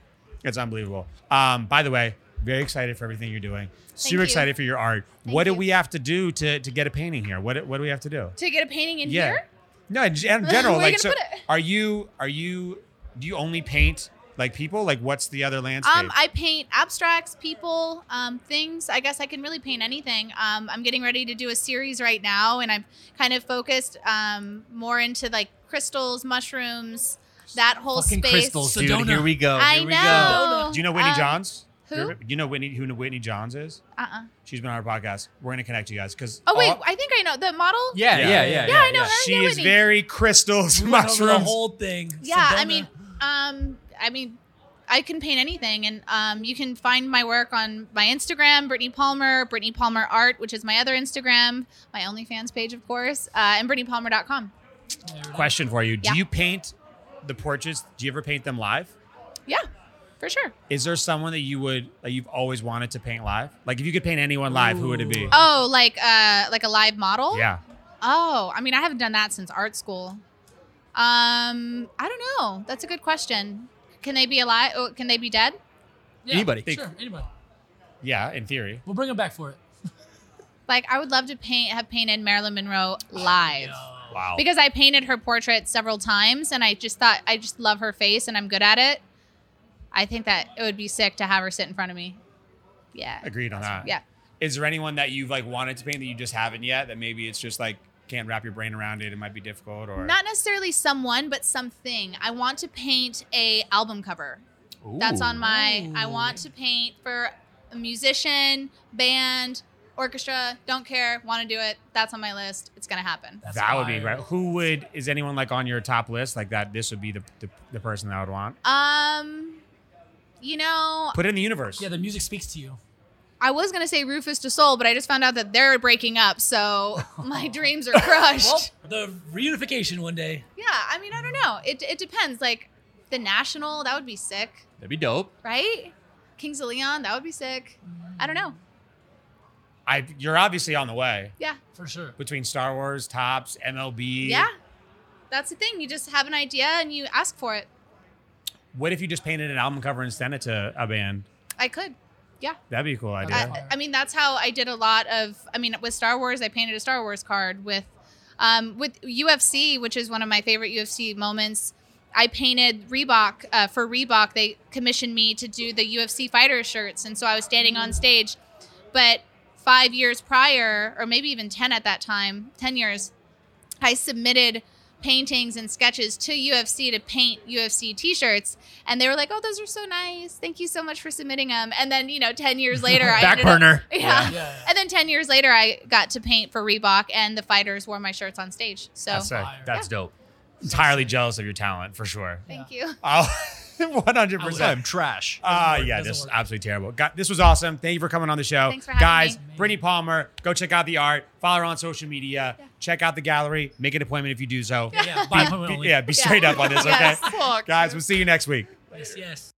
It's unbelievable. Um, by the way, very excited for everything you're doing. Super you. excited for your art. what do you. we have to do to, to get a painting here? What what do we have to do? To get a painting in Yeah. here? No, in gen- Where general, you like gonna so. put it? Are you are you do you only paint like people? Like what's the other landscape? Um, I paint abstracts, people, um, things. I guess I can really paint anything. Um, I'm getting ready to do a series right now, and I'm kind of focused um, more into like crystals, mushrooms, that whole Fucking space. crystals, dude. Sedona. Here we go. I Here we go. know. do you know Whitney Um, Johns? who? Do you remember- you know Whitney who Whitney Johns is? Uh-uh. She's been on our podcast. We're gonna connect you guys because Oh wait, I think I know the model. Yeah, Yeah. yeah, yeah. Yeah, I know. I she know is Whitney. very crystals We went over The mushrooms. whole thing. Yeah, I Sedona. mean, um, I mean, I can paint anything, and um, you can find my work on my Instagram, Brittany Palmer, Brittany Palmer Art, which is my other Instagram, my OnlyFans page, of course, uh, and BrittanyPalmer.com. There it is. Question for you: Yeah. Do you paint the portraits? Do you ever paint them live? Yeah, for sure. Is there someone that you would that you've always wanted to paint live? Like if you could paint anyone live, who would it be? Ooh. Oh, like uh, like a live model. Yeah. Oh, I mean, I haven't done that since art school. Um, I don't know. That's a good question. Can they be alive? Oh, can they be dead? Yeah, Anybody. Sure, anybody. Yeah, in theory. We'll bring him back for it. Like, I would love to paint have painted Marilyn Monroe live. No. Wow. because I painted her portrait several times and I just thought I just love her face and I'm good at it. I think that it would be sick to have her sit in front of me. Yeah. Agreed on that. Yeah. Is there anyone that you've like wanted to paint that you just haven't yet? That maybe it's just like can't wrap your brain around it. It might be difficult or Not necessarily someone, but something. I want to paint a album cover. That's on my I want to paint for a musician, band, orchestra, don't care, want to do it. That's on my list. It's going to happen. That's that would be fire. great. Who would is anyone like on your top list like that? This would be the the, the person that I would want. Um you know, Put it in the universe. Yeah, the music speaks to you. I was gonna say Rufus to Soul, but I just found out that they're breaking up, so my dreams are crushed. Well, the reunification one day. yeah, I mean, I don't know. It it depends. Like the National, that would be sick, That'd be dope. right? Kings of Leon, that would be sick. I don't know. I you're obviously on the way Yeah, For sure. between Star Wars, Tops, MLB. yeah. That's the thing. You just have an idea and you ask for it. What if you just painted an album cover and sent it to a band? I could. That'd be a cool idea. Yeah. I, I mean, that's how I did a lot of. I mean, with Star Wars, I painted a Star Wars card with, um, with UFC, which is one of my favorite UFC moments. I painted Reebok uh, for Reebok. They commissioned me to do the UFC fighter shirts, and so I was standing on stage. But five years prior, or maybe even ten at that time, ten years, I submitted paintings and sketches to UFC to paint UFC t-shirts and they were like oh those are so nice thank you so much for submitting them and then you know 10 years later I Back ended up- burner. yeah. Yeah. And then 10 years later, I got to paint for Reebok, and the fighters wore my shirts on stage. So That's sick. Fire. That's dope. entirely jealous of your talent for sure. thank you. Oh, 100 percent. I'm trash. Ah, work, yeah, doesn't this is work. absolutely terrible. God, this was awesome. Thank you for coming on the show. Thanks for having Guys, me. Brittany Palmer, go check out the art. Follow her on social media. Check out the gallery. Make an appointment if you do so. Yeah, by appointment Be- only. yeah, be straight up on this, okay? Yes. Guys, we'll see you next week. Yes, yes.